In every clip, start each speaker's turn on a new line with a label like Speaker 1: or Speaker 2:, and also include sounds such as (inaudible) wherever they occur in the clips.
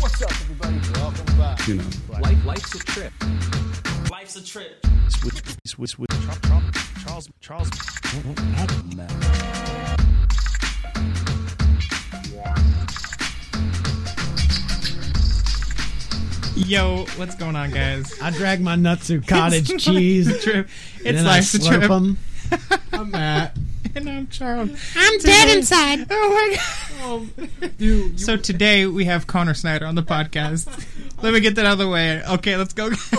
Speaker 1: What's up, everybody? Welcome back.
Speaker 2: You know,
Speaker 3: Life, life's a trip.
Speaker 4: Life's a trip.
Speaker 5: Switch, switch, switch. Charles, Charles, Charles, Charles.
Speaker 6: Yo, what's going on, guys?
Speaker 7: I drag my nuts through cottage cheese.
Speaker 6: It's (laughs) trip.
Speaker 7: and
Speaker 6: It's
Speaker 7: then I
Speaker 6: life's a
Speaker 7: slurp
Speaker 6: trip.
Speaker 7: 'em.
Speaker 6: (laughs) I'm Matt, and I'm Charles.
Speaker 7: I'm dead Oh. inside.
Speaker 6: (laughs) Oh my god! (laughs) so today we have Connor Snyder on
Speaker 7: (laughs)
Speaker 6: the podcast. Let me get that out of the way. Okay, let's go. (laughs)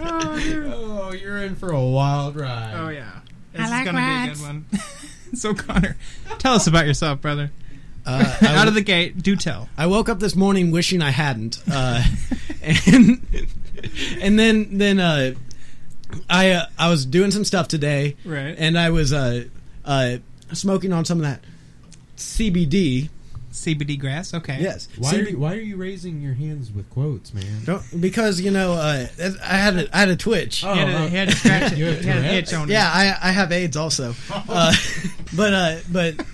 Speaker 7: Oh, you're in for a wild ride.
Speaker 6: oh yeah, this
Speaker 8: like
Speaker 6: is gonna
Speaker 8: rides.
Speaker 6: be a good one. (laughs) so Connor, tell us about yourself, brother.
Speaker 7: Uh, I,
Speaker 6: (laughs) out of the gate, do tell.
Speaker 7: I woke up this morning wishing I hadn't, uh, (laughs) and and then then uh, I uh, I was doing some stuff today,
Speaker 6: Right.
Speaker 7: And I was uh, uh, smoking on some of that CBD.
Speaker 6: CBD grass. Okay.
Speaker 7: Yes,
Speaker 9: Why
Speaker 7: CB
Speaker 9: are, you, why are you raising your hands with quotes, man?
Speaker 7: Don't, because you know uh, I had a, I had a twitch.
Speaker 6: He had,
Speaker 9: Oh,
Speaker 6: a, he had a (laughs) scratch.
Speaker 9: (laughs) You have
Speaker 6: he had an
Speaker 9: Tourette's.
Speaker 6: itch on
Speaker 7: Yeah, I, I have AIDS also. Uh, but uh, but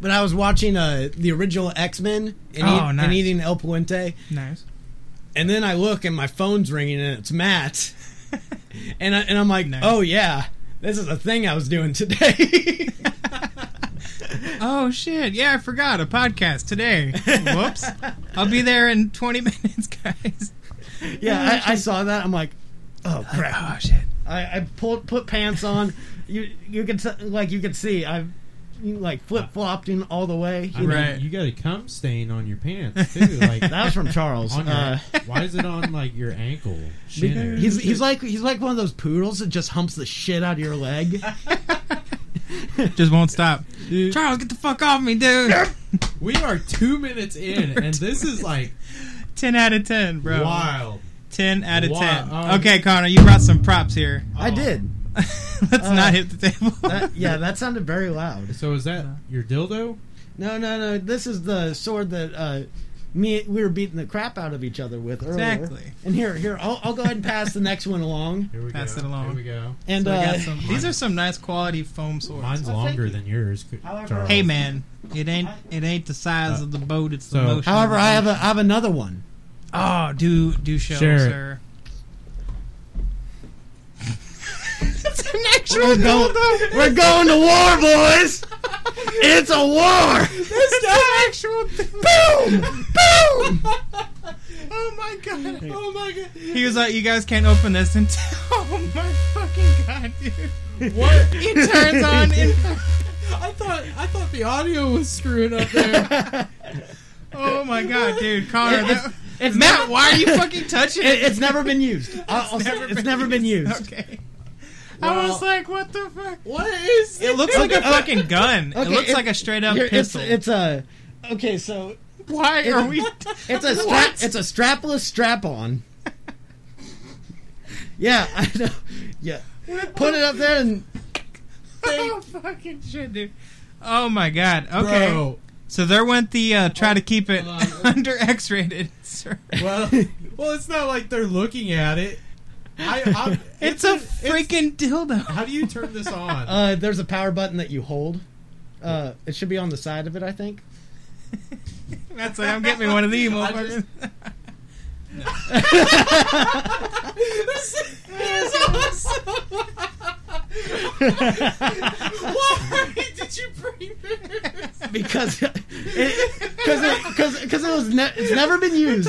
Speaker 7: but I was watching uh, the original X Men and,
Speaker 6: Oh,
Speaker 7: eat-
Speaker 6: nice.
Speaker 7: and eating El Puente,
Speaker 6: it. Nice. (laughs)
Speaker 7: and then I look and my phone's ringing and it's Matt, and I, and I'm like,
Speaker 6: Nice.
Speaker 7: oh yeah, this is a thing I was doing today. (laughs)
Speaker 6: Oh shit! Yeah, I forgot a
Speaker 7: (laughs)
Speaker 6: podcast today. Whoops! I'll be there in 20 (laughs)
Speaker 7: (laughs)
Speaker 6: minutes, guys.
Speaker 7: yeah, I, I saw that. I'm like, oh crap.
Speaker 6: Oh shit!
Speaker 7: I, I pulled put pants on. you you could s- like you could see I've like flip flopped in all the way.
Speaker 9: I mean,
Speaker 6: Right.
Speaker 9: You got a cum stain on your pants too. Like
Speaker 7: That was from
Speaker 9: (laughs)
Speaker 7: Charles.
Speaker 9: on your,
Speaker 7: Uh,
Speaker 9: why is it on like your ankle? Shin area?
Speaker 7: He's (laughs) he's like he's like one of those poodles that just humps the shit out of your leg.
Speaker 6: Just won't stop. Charles, get the fuck off me, dude.
Speaker 9: we are two minutes in, and this is like
Speaker 6: 10 out of 10, bro.
Speaker 9: wild.
Speaker 6: 10 out of
Speaker 9: Wow.
Speaker 6: 10.
Speaker 9: Um,
Speaker 6: okay, Connor, you brought some props here. (laughs)
Speaker 7: I did.
Speaker 6: Let's not hit the table.
Speaker 7: That, Uh,
Speaker 6: (laughs)
Speaker 7: yeah, that sounded very loud.
Speaker 9: So is that your dildo?
Speaker 7: No, no, no. This is the sword that uh, me we were beating the crap out of each other with earlier.
Speaker 6: Exactly.
Speaker 7: And here, here, I'll, I'll go ahead and pass the next one (laughs) along.
Speaker 9: Here we
Speaker 6: Pass
Speaker 9: go.
Speaker 6: it along.
Speaker 9: Here we go.
Speaker 7: And
Speaker 6: So I
Speaker 7: uh,
Speaker 6: got some- these are some nice quality foam swords.
Speaker 9: Mine's
Speaker 7: thank
Speaker 9: longer
Speaker 7: you.
Speaker 9: than yours, c-
Speaker 7: However-
Speaker 9: Charles. (laughs)
Speaker 6: hey, man, it ain't it ain't the size of the boat, it's the
Speaker 9: so-
Speaker 6: motion.
Speaker 7: however, I
Speaker 6: of
Speaker 7: have a, I have another one.
Speaker 6: the boat. Oh, do, do show,
Speaker 9: Share it.
Speaker 6: sir. it's an actual
Speaker 7: We're going, we're going to war, boys. It's a war. (laughs)
Speaker 6: It's the actual boom, boom. oh my god! Oh my god! He was like, "You guys can't open this (laughs) until." Oh my fucking god, dude! What? He turns on. In-
Speaker 9: I thought I thought the audio was screwed up
Speaker 7: (laughs)
Speaker 9: there.
Speaker 6: (laughs) oh my god, dude, Connor.
Speaker 7: It's-
Speaker 6: that-
Speaker 7: It's
Speaker 6: Matt,
Speaker 7: never-
Speaker 6: why are you fucking touching
Speaker 7: It,
Speaker 6: it?
Speaker 7: it's never been used. I'll, I'll say
Speaker 6: never
Speaker 7: it's
Speaker 6: been
Speaker 7: never been used.
Speaker 6: okay. I was like, "What the fuck?"
Speaker 7: What is?
Speaker 6: It looks like a
Speaker 7: Okay, uh,
Speaker 6: fucking gun. it
Speaker 7: okay,
Speaker 6: looks
Speaker 7: it-
Speaker 6: like a straight up
Speaker 7: Here, it's
Speaker 6: pistol.
Speaker 7: it's a okay. So
Speaker 6: why
Speaker 7: (laughs)
Speaker 6: are we? (laughs)
Speaker 7: It's a strap. It's a strapless strap on. (laughs) yeah, I know. Yeah, put it up there and
Speaker 6: oh fucking shit, dude! Oh my god. Okay.
Speaker 9: Bro.
Speaker 6: So there went the uh, try to keep it
Speaker 9: hold on.
Speaker 6: under X rated. it's
Speaker 9: Well, well, it's not like they're looking at it. I, I'm, it's,
Speaker 6: a freaking dildo.
Speaker 9: how do you turn this on?
Speaker 7: uh, there's a power button that you hold. Uh, it should be on the side of it, I think. (laughs)
Speaker 6: That's like I'm getting me one of (laughs) these
Speaker 9: I
Speaker 6: motherfuckers.
Speaker 9: did you bring this?
Speaker 7: Because because because because it was ne- it's never been used.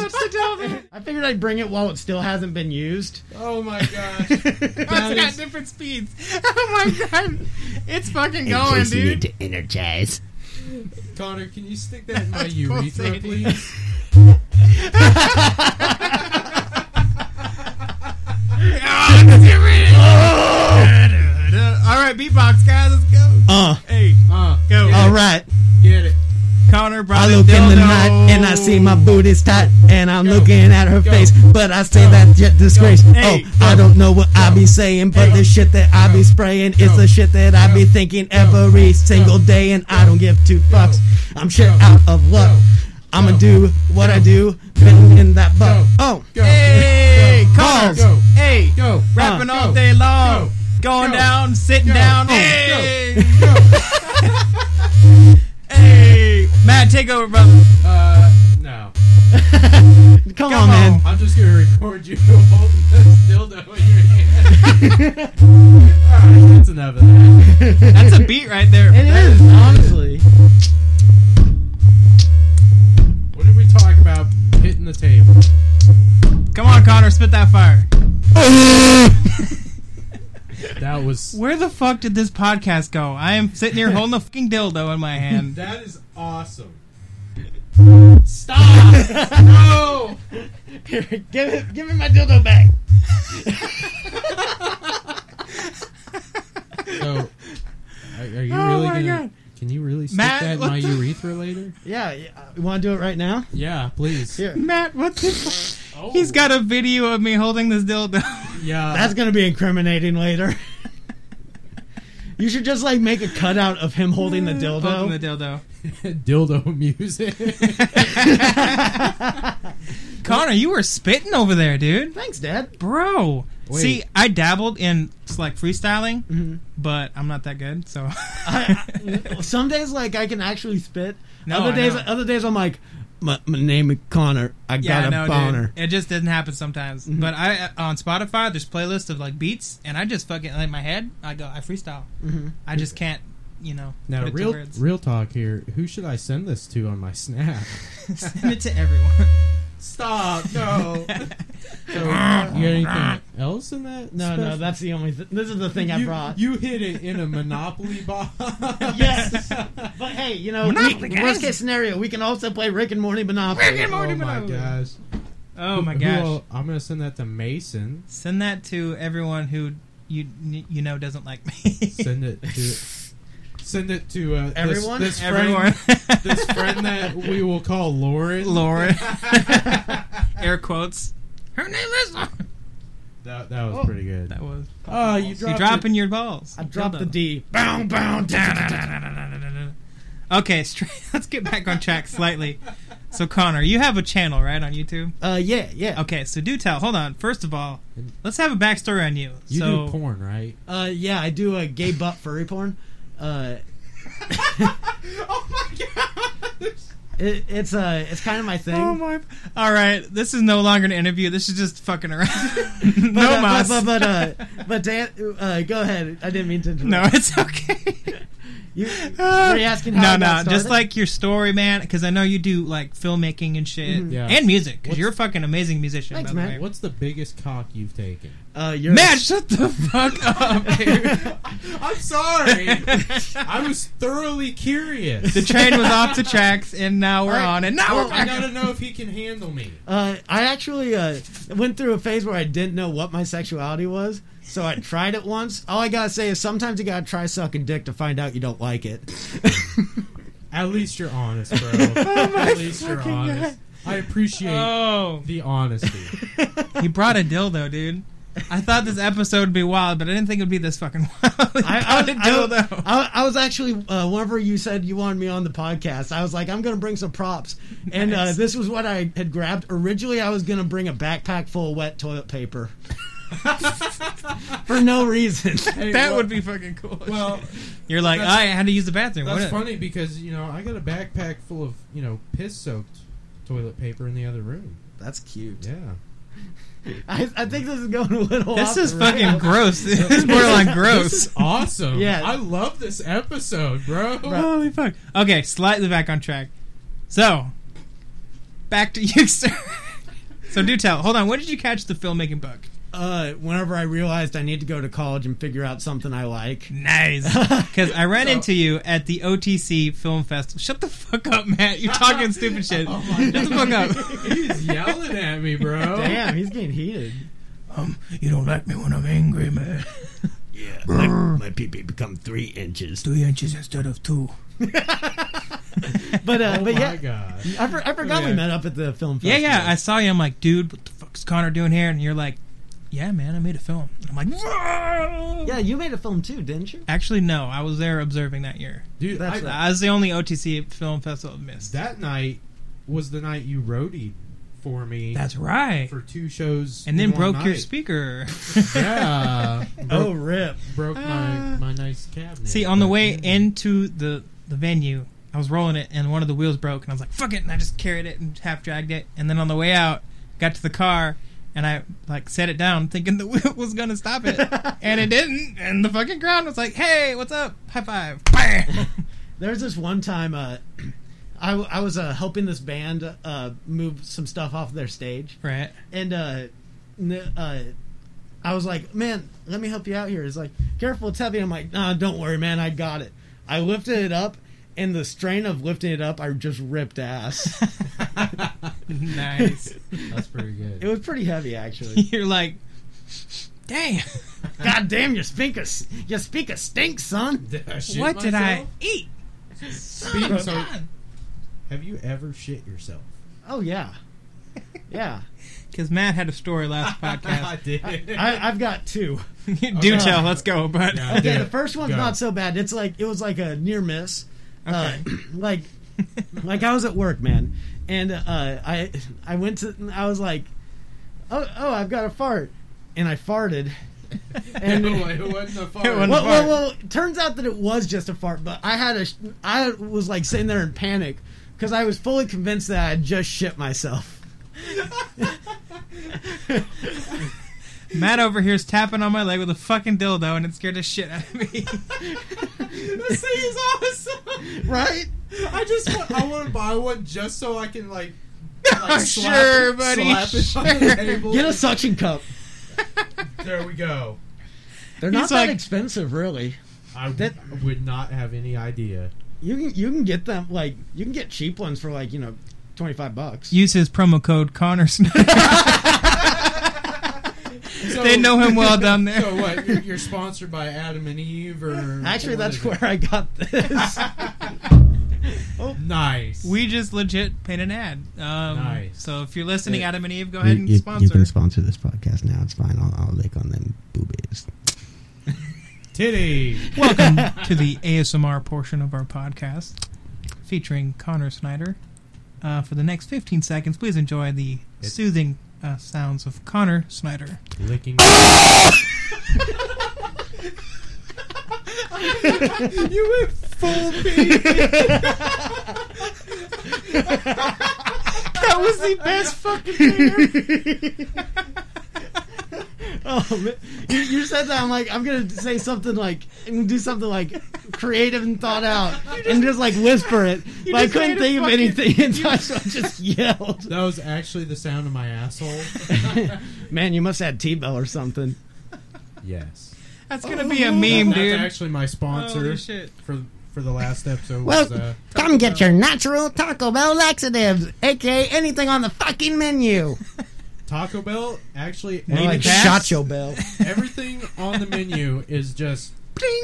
Speaker 7: I figured I'd bring it while it still hasn't been used.
Speaker 9: (laughs) Oh my
Speaker 7: (laughs)
Speaker 9: gosh.
Speaker 6: Oh, it's got different speeds. (laughs) Oh my god, it's fucking going, dude.
Speaker 1: to energize.
Speaker 9: Connor, can you stick that in my
Speaker 6: It's
Speaker 9: urethra,
Speaker 6: pulsating.
Speaker 9: (laughs) please?
Speaker 7: Oh!
Speaker 6: All right, beatbox guys, let's go.
Speaker 7: Uh,
Speaker 6: Hey,
Speaker 9: Uh,
Speaker 6: go.
Speaker 7: all right.
Speaker 9: get it.
Speaker 6: Connor brought
Speaker 7: I
Speaker 6: a
Speaker 7: look in the
Speaker 6: dildo.
Speaker 7: night and I see my booty's tight and I'm
Speaker 9: Go.
Speaker 7: looking at her
Speaker 9: Go.
Speaker 7: face, but I say that yet disgrace.
Speaker 6: Hey,
Speaker 7: oh, I don't know what I be saying, but the shit that I be spraying is the shit that I be thinking every single day, and I don't give two fucks. I'm shit out of luck. I'ma do what I do, been in that butt. Oh, (laughs)
Speaker 9: Go.
Speaker 6: Hey,
Speaker 9: Go.
Speaker 6: Connor.
Speaker 9: Go.
Speaker 6: Hey,
Speaker 9: Go.
Speaker 6: rapping
Speaker 7: Uh,
Speaker 6: all
Speaker 9: go.
Speaker 6: day long,
Speaker 9: Go.
Speaker 6: going
Speaker 9: Go.
Speaker 6: down, sitting
Speaker 9: Go.
Speaker 6: down.
Speaker 9: Go.
Speaker 6: Hey,
Speaker 9: Go.
Speaker 6: (laughs) hey, Matt, take over, brother.
Speaker 9: Uh, No.
Speaker 7: Come, on, man.
Speaker 9: I'm just gonna record you (laughs) holding this dildo in your hand. (laughs) Alright, that's enough of that.
Speaker 6: That's a beat right there.
Speaker 7: It is honestly.
Speaker 9: What did we talk about hitting the table?
Speaker 6: Come on, Connor, spit that fire.
Speaker 9: That was
Speaker 6: Where the fuck did this podcast go? I am sitting here holding a fucking dildo in my
Speaker 9: (laughs)
Speaker 6: hand.
Speaker 9: that is awesome.
Speaker 6: No!
Speaker 7: Here, (laughs) give it, give me my dildo back.
Speaker 9: So are, are you
Speaker 6: Oh
Speaker 9: really
Speaker 6: my
Speaker 9: gonna
Speaker 6: God.
Speaker 9: can you really stick
Speaker 6: Matt,
Speaker 9: that in
Speaker 6: what
Speaker 9: my
Speaker 6: the-
Speaker 9: urethra later?
Speaker 7: Yeah, yeah. You want to do it right now?
Speaker 9: Yeah, please.
Speaker 7: Here.
Speaker 6: Matt, what the (laughs) He's got a video of me holding this dildo.
Speaker 9: Yeah.
Speaker 7: That's gonna be incriminating
Speaker 6: (laughs)
Speaker 7: later. you should just like make a cutout of him holding
Speaker 6: (laughs)
Speaker 7: the dildo.
Speaker 6: Holding the dildo.
Speaker 9: (laughs) dildo music.
Speaker 6: Connor, you were spitting over there, dude.
Speaker 7: Thanks, Dad. (laughs)
Speaker 6: Bro.
Speaker 9: Wait. Mm-hmm.
Speaker 6: See, I dabbled in it's like freestyling, but I'm not that
Speaker 9: (laughs)
Speaker 6: good, so. (laughs)
Speaker 7: Some days like I can actually spit.
Speaker 6: No,
Speaker 7: other
Speaker 6: I
Speaker 7: days,
Speaker 6: know.
Speaker 7: other days I'm like, my, my name is Connor. I
Speaker 6: yeah,
Speaker 7: got a
Speaker 6: no,
Speaker 7: boner.
Speaker 6: Dude. It just doesn't happen sometimes.
Speaker 9: Mm-hmm.
Speaker 6: But I uh, on Spotify, there's playlists of like beats, and I just fucking like my head. I go, I freestyle. I just can't, you know.
Speaker 9: now
Speaker 6: put it to
Speaker 9: real
Speaker 6: words.
Speaker 9: real talk here. Who should I send this to on my
Speaker 6: (laughs)
Speaker 9: snap?
Speaker 6: Send it to
Speaker 9: (laughs)
Speaker 6: everyone.
Speaker 9: Stop,
Speaker 6: (laughs)
Speaker 9: no. so, you got anything else in that?
Speaker 7: No,
Speaker 9: special?
Speaker 7: no, that's the only. Th- this is the thing I
Speaker 9: you,
Speaker 7: brought.
Speaker 9: You hit it in a
Speaker 6: (laughs)
Speaker 9: Monopoly box. (laughs)
Speaker 7: yes, but hey, you know,
Speaker 6: Monopoly,
Speaker 7: we-
Speaker 6: guys.
Speaker 7: worst case scenario, we can also play Rick and Morty Monopoly.
Speaker 6: Rick and Morty.
Speaker 9: Oh my
Speaker 6: Monopoly.
Speaker 9: gosh.
Speaker 6: Oh my
Speaker 9: Who
Speaker 6: gosh!
Speaker 9: all- I'm gonna send that to Mason.
Speaker 6: Send that to everyone who you you know doesn't like (laughs) me.
Speaker 9: Send it to. Send it to uh, this-
Speaker 7: Everyone?
Speaker 9: This,
Speaker 6: everyone.
Speaker 9: friend, (laughs) this friend that we will call Lauren. (laughs)
Speaker 6: (laughs) Lauren. Air quotes. Her name is.
Speaker 9: That, that was
Speaker 7: Oh.
Speaker 9: pretty good.
Speaker 6: That was.
Speaker 9: oh, you
Speaker 6: You're
Speaker 9: dropped
Speaker 6: dropping your balls.
Speaker 7: I dropped the
Speaker 6: Dildo.
Speaker 7: D.
Speaker 5: Bound, bound, down, down, down.
Speaker 6: Okay, straight, (laughs) let's get back on track slightly. So, Connor, you have a channel, right, on YouTube?
Speaker 7: Uh, yeah, yeah.
Speaker 6: Okay, so do tell. Hold on. First of all, let's have a backstory on you.
Speaker 9: You
Speaker 6: so,
Speaker 9: do porn, right?
Speaker 7: Uh, yeah, I do a gay butt furry porn. Uh, (laughs)
Speaker 9: Oh my gosh!
Speaker 7: it, it's uh, it's kind of my thing.
Speaker 6: Oh my! All right, this is no longer an interview. This is just fucking around. (laughs)
Speaker 7: but,
Speaker 6: no
Speaker 7: uh,
Speaker 6: mas.
Speaker 7: but but uh,
Speaker 6: (laughs)
Speaker 7: but Dan, uh, go ahead. I didn't mean to. Interrupt.
Speaker 6: no, it's okay.
Speaker 7: you were you asking how
Speaker 6: Ah. no,
Speaker 7: I
Speaker 6: no,
Speaker 7: got
Speaker 6: just
Speaker 7: started?
Speaker 6: like your story, man. Because I know you do like filmmaking and shit,
Speaker 9: Yeah.
Speaker 6: and music. Because
Speaker 9: What's-
Speaker 6: you're a fucking amazing musician.
Speaker 7: Mm-hmm. Thanks,
Speaker 6: by the
Speaker 7: man.
Speaker 6: way.
Speaker 9: What's the biggest cock you've taken?
Speaker 7: uh, you're
Speaker 6: Matt, shut the fuck
Speaker 9: (laughs)
Speaker 6: up, dude.
Speaker 9: I'm sorry. I was thoroughly curious.
Speaker 6: The train was off the tracks, and now we're
Speaker 7: All right. Oh
Speaker 6: on, and now
Speaker 7: Well,
Speaker 6: we're
Speaker 9: I
Speaker 6: back.
Speaker 9: gotta know if he can handle me.
Speaker 7: Uh, I actually uh, went through a phase where I didn't know what my sexuality was, so I tried it once. All I gotta say is sometimes you gotta try sucking dick to find out you don't like it.
Speaker 9: At least you're honest, bro. At least you're honest. I appreciate
Speaker 6: Oh,
Speaker 9: the honesty.
Speaker 6: he brought a dildo, dude. I thought this episode would be wild, but I didn't think it would be this fucking (laughs) wild. He
Speaker 7: I, I, was-
Speaker 6: brought a
Speaker 7: I, was-
Speaker 6: dildo.
Speaker 7: I, I was actually uh, whenever you said you wanted me on the podcast, I was like, I'm gonna bring some props, and uh,
Speaker 6: Nice.
Speaker 7: this was what I had grabbed. Originally, I was gonna bring a backpack full of wet toilet
Speaker 6: (laughs)
Speaker 7: paper. For no reason.
Speaker 6: (laughs) that
Speaker 9: well-
Speaker 6: would be fucking cool.
Speaker 9: Well,
Speaker 6: You're like, "Oh,
Speaker 9: that's-
Speaker 6: I had to use the bathroom.
Speaker 9: that's
Speaker 6: What a-
Speaker 9: funny because you know I got a backpack full of you know piss-soaked toilet paper in the other room.
Speaker 7: That's cute.
Speaker 9: Yeah.
Speaker 7: I, I think this is going a little.
Speaker 6: This
Speaker 7: off
Speaker 6: is
Speaker 7: the
Speaker 6: fucking
Speaker 7: rails.
Speaker 6: gross. this is borderline
Speaker 9: This
Speaker 6: gross.
Speaker 9: is awesome.
Speaker 7: Yeah.
Speaker 9: I love this episode, bro.
Speaker 6: Holy fuck. Okay, slightly back on track. So, back to (laughs) you, sir. so do tell. Hold on. When did you catch the filmmaking bug?
Speaker 7: uh, whenever I realized I need to go to college and figure out something I like.
Speaker 6: Nice. (laughs) Because I ran into you at the OTC Film Festival. Shut the fuck up, Matt. You're talking stupid shit. Shut the fuck up.
Speaker 9: He's yelling at me, bro.
Speaker 7: Damn, he's getting heated.
Speaker 6: Um, You don't like me when I'm angry, man.
Speaker 7: Yeah, my, my pee pee become three inches.
Speaker 6: Two inches instead of two.
Speaker 7: But uh,
Speaker 9: Oh
Speaker 7: but
Speaker 9: my
Speaker 7: yeah,
Speaker 9: god.
Speaker 7: I, for, I forgot we
Speaker 6: Yeah.
Speaker 7: met up at the film.
Speaker 6: Yeah,
Speaker 7: Festival.
Speaker 6: yeah. I saw you. I'm like, dude, what the fuck's Connor doing here? And you're like, yeah, man, I made a film. And I'm like,
Speaker 7: yeah. You made a film too, didn't you?
Speaker 6: Actually, no. I was there observing that year.
Speaker 9: Dude,
Speaker 7: That's
Speaker 9: I-
Speaker 7: right.
Speaker 6: I was the only OTC film festival I've missed.
Speaker 9: that night was the night you roadied for me
Speaker 6: That's right.
Speaker 9: for two shows
Speaker 6: And then
Speaker 9: in one
Speaker 6: broke your
Speaker 9: night.
Speaker 6: speaker.
Speaker 9: (laughs)
Speaker 6: (laughs)
Speaker 9: Yeah.
Speaker 7: Oh,
Speaker 9: broke,
Speaker 7: rip!
Speaker 9: broke my, my nice cabinet.
Speaker 6: Ah. See, on the
Speaker 9: But (laughs)
Speaker 6: way
Speaker 9: yeah.
Speaker 6: into the the venue, I was rolling it, and one of the wheels broke, and I was like, "Fuck it!" And I just carried it and half dragged it, and then on the way out, got to the car, and I like set it down, thinking the (laughs) wheel was gonna stop
Speaker 9: (laughs)
Speaker 6: it, and it didn't, and the fucking ground was like, "Hey, what's up? High five!" (laughs) Bam!
Speaker 7: There's this one time uh, (clears throat) I, I was uh, helping this band uh, move some stuff off their stage.
Speaker 9: (laughs)
Speaker 6: right. (laughs)
Speaker 7: And uh, n- uh, I was like, man, let me help you out here. It's like, careful, it's heavy. I'm like, nah, don't worry, man, I got it. I lifted it up, and the strain of lifting it up, I just ripped ass.
Speaker 6: Nice.
Speaker 9: That's pretty
Speaker 7: it
Speaker 9: good.
Speaker 7: was pretty heavy,
Speaker 6: (laughs)
Speaker 7: actually.
Speaker 6: You're like, "Damn, (laughs)
Speaker 7: God damn, your speaker, s- your speaker stinks, son.
Speaker 9: I uh, shit
Speaker 6: what did I
Speaker 9: myself?
Speaker 6: eat?"
Speaker 9: Speaking
Speaker 6: Oh,
Speaker 9: so,
Speaker 6: God.
Speaker 9: have you ever shit yourself?
Speaker 7: Oh yeah, yeah.
Speaker 6: Because Matt had a story last
Speaker 9: (laughs) I
Speaker 6: podcast.
Speaker 9: did.
Speaker 7: I, I've got two.
Speaker 6: (laughs) Do tell. Let's go, but
Speaker 9: Yeah.
Speaker 7: Okay,
Speaker 9: Yeah.
Speaker 7: the first one's
Speaker 9: Go.
Speaker 7: not so bad. It's like it was like a near miss. Uh,
Speaker 6: Okay.
Speaker 7: (clears throat) like like I was at work, man, and uh, I I went to I was like, oh oh I've got a fart, and
Speaker 9: (laughs)
Speaker 7: I farted, and
Speaker 9: No, it wasn't a fart.
Speaker 6: It wasn't-
Speaker 7: well, well,
Speaker 6: fart.
Speaker 7: well, turns out that it was just a fart, but I had a, sh- I was like sitting there in panic because I was fully convinced that I had just shit myself.
Speaker 6: (laughs)
Speaker 7: (laughs)
Speaker 9: (laughs)
Speaker 6: Matt over here is tapping on my leg with a fucking dildo, and it scared the shit out of me. (laughs)
Speaker 9: this thing is awesome.
Speaker 7: Right?
Speaker 9: I just want, I want to buy one just so I can
Speaker 6: (laughs)
Speaker 9: like. like slap
Speaker 6: sure,
Speaker 9: it-
Speaker 6: buddy,
Speaker 9: slap it on the
Speaker 6: sure.
Speaker 9: table.
Speaker 7: Get a suction cup.
Speaker 9: There we go.
Speaker 7: They're
Speaker 6: He's
Speaker 7: not that
Speaker 6: like-
Speaker 7: expensive, really.
Speaker 9: I
Speaker 7: That-
Speaker 9: would not have any idea.
Speaker 7: You can you can get them like you can get cheap ones for like you know twenty five bucks.
Speaker 6: Use his promo code
Speaker 9: (laughs)
Speaker 6: Connor Snyder.
Speaker 9: So,
Speaker 6: they know him well down there.
Speaker 9: So what? You're, you're sponsored by Adam and Eve, or
Speaker 7: Actually,
Speaker 9: what
Speaker 7: that's
Speaker 9: is it?
Speaker 7: where I got this.
Speaker 6: Oh,
Speaker 9: Nice.
Speaker 6: We just legit paid an ad. Um,
Speaker 9: Nice.
Speaker 6: So if you're listening, Adam and Eve, go
Speaker 2: You,
Speaker 6: ahead and
Speaker 2: you- you
Speaker 6: sponsor.
Speaker 2: can sponsor this podcast now. It's fine. I'll, I'll lick on them boobies.
Speaker 9: titty.
Speaker 6: Welcome (laughs) to the ASMR portion of our podcast, featuring Connor Snyder. Uh, for the next 15 seconds, please enjoy the
Speaker 9: It-
Speaker 6: soothing uh, sounds of Connor Snyder.
Speaker 9: Licking.
Speaker 6: (laughs) you went full
Speaker 7: (laughs)
Speaker 6: baby. that was the best fucking thing
Speaker 7: (laughs) oh, man. You, you said that I'm like I'm gonna say something like and do something like creative and thought
Speaker 6: (laughs)
Speaker 7: out and just like whisper it. But I
Speaker 6: just
Speaker 7: couldn't think
Speaker 6: made a
Speaker 7: of
Speaker 6: fucking- (laughs)
Speaker 7: anything, and so I (laughs) just yelled.
Speaker 9: That was actually the sound of my asshole.
Speaker 7: Man, you must have T Bell or something.
Speaker 9: yes.
Speaker 6: (laughs) That's gonna be a meme,
Speaker 9: That's
Speaker 6: dude.
Speaker 9: actually my sponsor
Speaker 6: Holy shit.
Speaker 9: for for the last episode.
Speaker 2: Well,
Speaker 9: was, uh,
Speaker 2: come get your
Speaker 7: Oh,
Speaker 2: natural Taco Bell laxatives.
Speaker 7: AKA anything on the fucking menu.
Speaker 9: Taco Bell actually
Speaker 7: More like
Speaker 9: everything-
Speaker 7: Shacho Bell.
Speaker 9: everything on the menu is just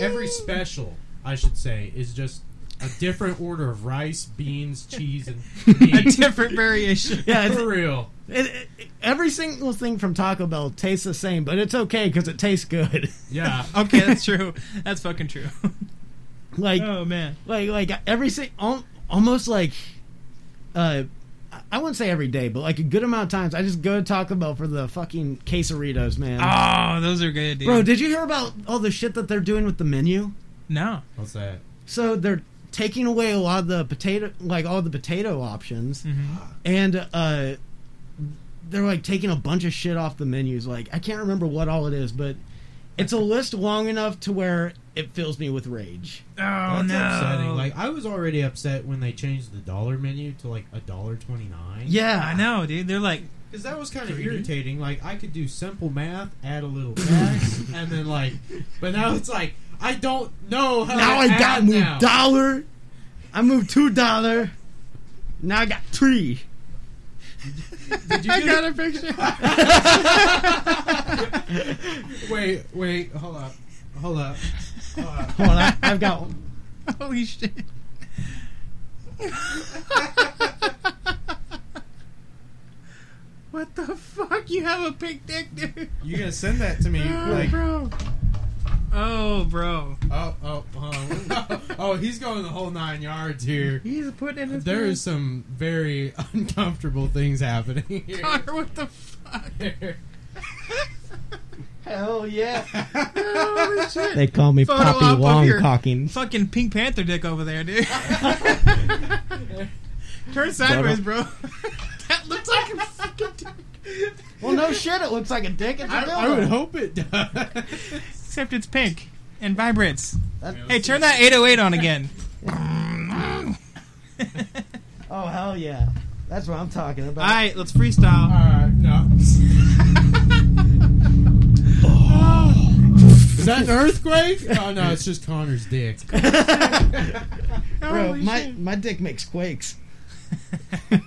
Speaker 9: every special I should say is just a different order of rice, beans, cheese, and
Speaker 6: (laughs) A
Speaker 9: meat.
Speaker 6: different variation.
Speaker 7: (laughs) Yeah, it's,
Speaker 9: for real.
Speaker 7: it, it, every single thing from Taco Bell tastes the same, but it's okay because it tastes good. (laughs)
Speaker 9: Yeah.
Speaker 6: Okay, that's true. That's fucking true. (laughs)
Speaker 7: like
Speaker 6: Oh man.
Speaker 7: like like every si- al- almost like uh I- I wouldn't say every day, but like a good amount of times, I just go to Taco Bell for the fucking quesaritos, man.
Speaker 6: Oh, those are good, dude.
Speaker 7: Bro, did you hear about all the shit that they're doing with the menu?
Speaker 6: no.
Speaker 9: What's that?
Speaker 7: So they're taking away a lot of the potato, like all the potato options, and uh, they're like taking a bunch of shit off the menus. Like I can't remember what all it is, but it's a list long enough to where it fills me with rage.
Speaker 6: Oh
Speaker 9: That's
Speaker 6: no.
Speaker 9: upsetting. Like I was already upset when they changed the dollar menu to like a dollar twenty nine.
Speaker 7: Yeah,
Speaker 6: I know, dude. They're like,
Speaker 9: Because that was kind of irritating. Like I could do simple math, add a little tax, and then like, but now it's like I don't know how.
Speaker 7: Now
Speaker 9: to
Speaker 7: I
Speaker 9: add
Speaker 7: got moved
Speaker 9: now.
Speaker 7: dollar. I moved two dollar. Now I got three.
Speaker 9: Did you get a picture? wait, wait, hold up, hold up. Hold up.
Speaker 7: Hold on, I, I've got
Speaker 6: (laughs) holy shit. what the fuck? You have a big dick, dude.
Speaker 9: You gonna send that to me?
Speaker 6: Oh,
Speaker 9: Like,
Speaker 6: bro. Oh, bro.
Speaker 9: oh, oh, oh, (laughs) oh, he's going the whole nine yards here.
Speaker 6: He's putting in his.
Speaker 9: There is some very (laughs)
Speaker 6: (laughs)
Speaker 9: uncomfortable things happening here.
Speaker 6: Connor, what the fuck?
Speaker 7: (laughs) Hell yeah.
Speaker 9: (laughs)
Speaker 6: Holy shit.
Speaker 7: They call me
Speaker 6: Photo op
Speaker 7: Poppy
Speaker 6: of
Speaker 7: Wong
Speaker 6: your-
Speaker 7: Cocking.
Speaker 6: Fucking Pink Panther dick over
Speaker 9: (laughs)
Speaker 6: there, dude. Turn sideways, bro. (laughs) that looks like a fucking dick.
Speaker 7: Well, no shit. It looks like a dick. It's a
Speaker 9: I,
Speaker 7: dildo.
Speaker 9: I would hope it does. (laughs)
Speaker 6: Except it's pink and vibrates.
Speaker 7: That-
Speaker 6: Hey, turn that 808
Speaker 9: (laughs)
Speaker 6: on again.
Speaker 7: Oh hell yeah. That's what I'm talking about.
Speaker 6: All right, let's freestyle.
Speaker 9: Uh, no. (laughs) Oh. Is that an earthquake? Oh no, it's just Connor's dick.
Speaker 7: Bro,
Speaker 6: Holy
Speaker 7: my,
Speaker 6: shit.
Speaker 7: my dick makes quakes.
Speaker 9: We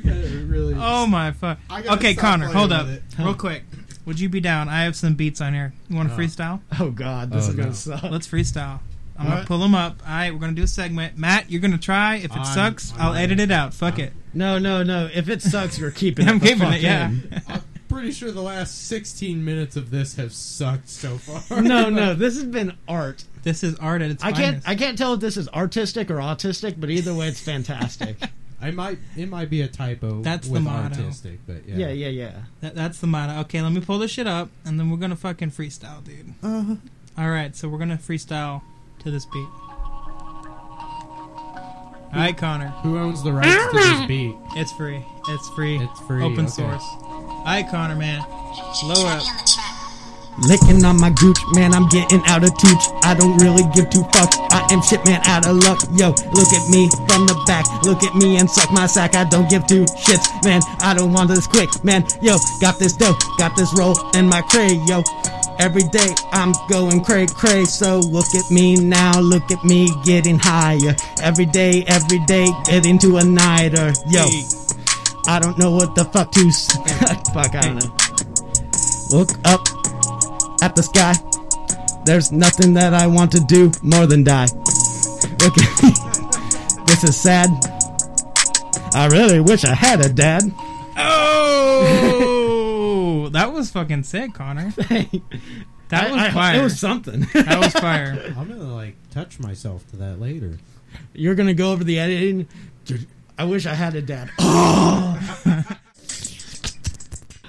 Speaker 9: gotta really.
Speaker 6: (laughs) oh my fuck.
Speaker 9: I gotta
Speaker 6: Okay,
Speaker 9: stop
Speaker 6: Connor,
Speaker 9: playing
Speaker 6: hold
Speaker 9: with
Speaker 6: up,
Speaker 9: it.
Speaker 6: real quick. Would you be down? I have some beats on here. You want to
Speaker 9: Oh.
Speaker 7: (laughs)
Speaker 6: freestyle?
Speaker 7: Oh god, this
Speaker 9: Oh,
Speaker 7: is gonna
Speaker 9: no.
Speaker 7: suck.
Speaker 6: Let's freestyle. I'm gonna
Speaker 9: Alright.
Speaker 6: pull them up. All right, we're gonna do a segment. Matt, you're gonna try. If it
Speaker 9: I'm-
Speaker 6: sucks,
Speaker 9: I'm
Speaker 6: i will
Speaker 9: ready.
Speaker 6: edit it out. Fuck it.
Speaker 7: No, no, no. If it sucks, we're
Speaker 6: (laughs)
Speaker 7: keeping it.
Speaker 6: I'm
Speaker 7: the
Speaker 6: keeping
Speaker 7: fuck
Speaker 6: it. Yeah.
Speaker 7: in.
Speaker 9: I'm pretty sure the last 16 minutes of this have sucked so far.
Speaker 7: No, no. This has been art.
Speaker 6: (laughs) This is art at its
Speaker 7: I can't.
Speaker 6: finest.
Speaker 7: I can't tell if this is artistic or autistic, but either way, it's (laughs) fantastic.
Speaker 9: I might. It might be a typo.
Speaker 6: That's the
Speaker 9: with
Speaker 6: motto.
Speaker 9: artistic, but yeah.
Speaker 7: yeah, yeah, yeah.
Speaker 6: That, that's the motto. Okay, let me pull this shit up, and then we're gonna fucking freestyle, dude. Uh
Speaker 2: Uh-huh.
Speaker 6: huh. All right, so we're gonna freestyle to this beat. All right, Connor.
Speaker 9: Who owns the rights to this beat?
Speaker 6: It's free. It's free.
Speaker 9: It's free,
Speaker 6: Open
Speaker 9: okay.
Speaker 6: source. All right, Connor, man. Lower up.
Speaker 7: Licking on my gooch, man, I'm getting out of tooch. I don't really give two fucks. I am shit, man, out of luck. Yo, look at me from the back. Look at me and suck my sack. I don't give two shits, man. I don't want this quick, man. Yo, got this dough, got this roll in my cray, yo. Every day I'm going cray cray, so look at me now, look at me getting higher. Every day, every day, getting to a nighter, yo.
Speaker 6: Hey.
Speaker 7: I don't know what the fuck to s- (laughs) fuck, I don't know. Look up at the sky. There's nothing that I want to do more than die. Look at me. (laughs) This is sad. I really wish I had a dad. (laughs)
Speaker 6: Oh,
Speaker 2: (laughs)
Speaker 6: that was fucking sick, Connor. That was fire.
Speaker 7: It was something. (laughs)
Speaker 6: that
Speaker 9: (laughs)
Speaker 6: was fire.
Speaker 9: I'm gonna like touch myself to that later.
Speaker 7: You're gonna go over the editing. Dude, I wish I had a dad.
Speaker 2: Oh,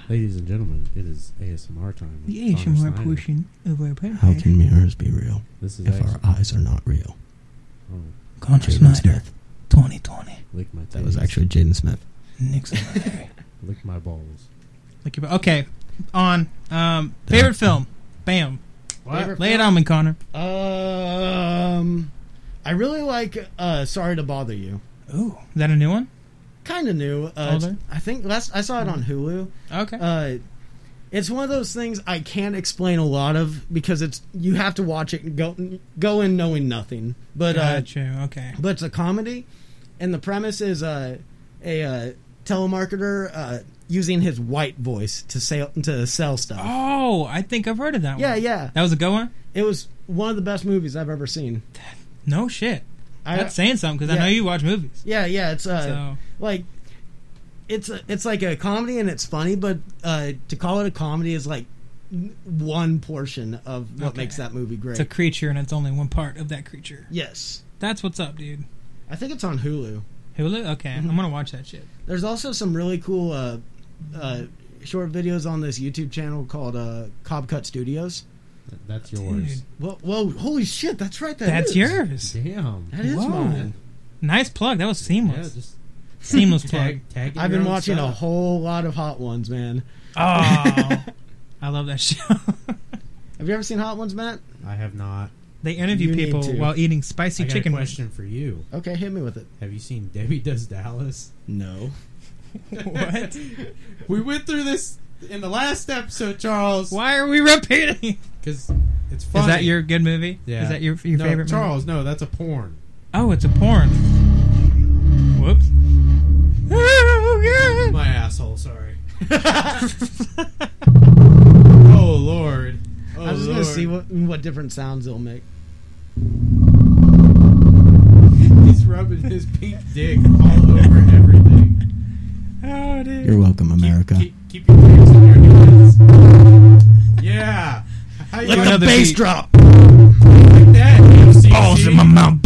Speaker 9: Ladies and gentlemen, it is ASMR time. with
Speaker 6: The
Speaker 9: Connor
Speaker 6: ASMR
Speaker 9: Snyder.
Speaker 6: portion of our
Speaker 2: How
Speaker 6: podcast.
Speaker 2: can mirrors be real
Speaker 9: This is
Speaker 2: if
Speaker 9: actually,
Speaker 2: our eyes are not real?
Speaker 6: Connor
Speaker 2: Jaden
Speaker 6: Snyder,
Speaker 2: Smith.
Speaker 6: 2020.
Speaker 9: lick my. Titties,
Speaker 2: That was actually Jaden Smith.
Speaker 6: (laughs) Nixon.
Speaker 9: lick my balls.
Speaker 6: Like your- okay, on. Um, favorite film. Bam.
Speaker 7: Favorite
Speaker 6: Lay it
Speaker 7: film?
Speaker 6: on me, Connor.
Speaker 7: Um, I really like. Uh, sorry to bother you.
Speaker 6: Ooh, is that a new one?
Speaker 7: Kind of new. Uh,
Speaker 6: Older?
Speaker 7: I think last I saw it on Hulu.
Speaker 6: Okay.
Speaker 7: uh, it's one of those things I can't explain a lot of because it's you have to watch it and go go in knowing nothing. But uh,
Speaker 6: Gotcha, okay.
Speaker 7: but it's a comedy, and the premise is uh, a uh, telemarketer uh, using his white voice to sell to sell stuff.
Speaker 6: Oh, I think I've heard of that
Speaker 7: Yeah,
Speaker 6: one.
Speaker 7: yeah.
Speaker 6: That was a good one.
Speaker 7: It was one of the best movies I've ever seen.
Speaker 6: No shit.
Speaker 7: I-
Speaker 6: That's saying something because
Speaker 7: yeah.
Speaker 6: I know you watch movies.
Speaker 7: Yeah, yeah. It's uh,
Speaker 6: So-
Speaker 7: like it's a, it's like a comedy and it's funny, but uh, to call it a comedy is like n- one portion of what
Speaker 6: Okay.
Speaker 7: makes that movie great.
Speaker 6: It's a creature and it's only one part of that creature.
Speaker 7: yes,
Speaker 6: That's what's up, dude.
Speaker 7: I think it's on Hulu.
Speaker 6: Hulu? Okay, I'm gonna watch that shit.
Speaker 7: There's also some really cool uh, uh, short videos on this YouTube channel called uh, Cobb Cut Studios.
Speaker 9: That- That's yours.
Speaker 7: Whoa, whoa, holy shit! That's right. That
Speaker 6: That's
Speaker 7: is.
Speaker 6: yours.
Speaker 9: Damn.
Speaker 7: That is
Speaker 6: Whoa.
Speaker 7: mine.
Speaker 6: Nice plug. That was
Speaker 9: Yeah,
Speaker 6: seamless.
Speaker 9: just
Speaker 6: seamless plug.
Speaker 9: tag. tag
Speaker 7: I've been watching a whole lot of Hot Ones, man.
Speaker 6: Oh, I love that show. (laughs)
Speaker 7: Have you ever seen Hot Ones, Matt?
Speaker 9: I have not.
Speaker 6: they interview
Speaker 7: You need
Speaker 6: people
Speaker 7: to.
Speaker 6: while eating
Speaker 9: I
Speaker 6: spicy
Speaker 9: got a
Speaker 6: chicken. wings.
Speaker 9: question for you.
Speaker 7: Okay, hit me with it.
Speaker 9: Have you seen Debbie Does Dallas?
Speaker 7: No.
Speaker 6: (laughs) what?
Speaker 9: (laughs) We went through this in the last episode, Charles.
Speaker 6: Why are we repeating?
Speaker 9: Because it's funny.
Speaker 6: Is that your good movie?
Speaker 9: Yeah.
Speaker 6: Is that your your
Speaker 9: no,
Speaker 6: favorite? Movie?
Speaker 9: Charles, no, that's a porn.
Speaker 6: Oh, it's a porn. Whoops. Oh god.
Speaker 9: My asshole, sorry. (laughs) oh, Lord. Oh,
Speaker 7: I was just
Speaker 9: Lord.
Speaker 7: gonna see what what different sounds they'll make.
Speaker 9: He's rubbing his pink dick all over everything.
Speaker 6: Oh, dude.
Speaker 2: You're welcome, America.
Speaker 9: Keep, keep your fingers in your hands. Yeah. How you
Speaker 6: Let
Speaker 9: like
Speaker 6: the bass drop.
Speaker 9: that? UCC?
Speaker 6: mouth.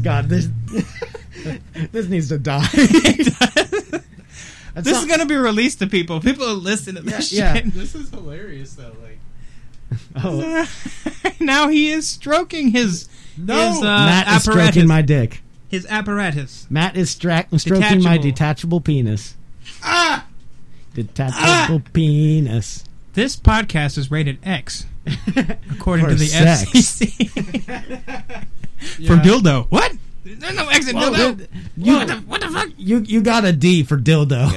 Speaker 7: (laughs)
Speaker 6: (laughs)
Speaker 7: God, this this needs to die. That's
Speaker 6: This
Speaker 7: not-
Speaker 6: is gonna be released to people. People will listen to this
Speaker 7: Yeah,
Speaker 6: shit.
Speaker 9: This is hilarious though. Like
Speaker 6: Uh,
Speaker 7: Oh,
Speaker 6: (laughs) now he is stroking his his uh,
Speaker 7: Matt is
Speaker 6: apparatus.
Speaker 7: stroking my dick.
Speaker 6: his apparatus.
Speaker 7: Matt is stra- stroking my
Speaker 6: Detachable.
Speaker 7: detachable penis.
Speaker 6: Ah!
Speaker 7: Detachable penis.
Speaker 6: This podcast is rated X, (laughs) according
Speaker 7: For
Speaker 6: to the
Speaker 7: sex.
Speaker 6: (laughs) FCC. For
Speaker 9: Yeah.
Speaker 6: dildo, what? There's no X in
Speaker 7: Whoa,
Speaker 6: dildo.
Speaker 7: dude. You-
Speaker 6: what, the, what the fuck?
Speaker 7: You you got a D for
Speaker 6: (laughs)
Speaker 7: dildo.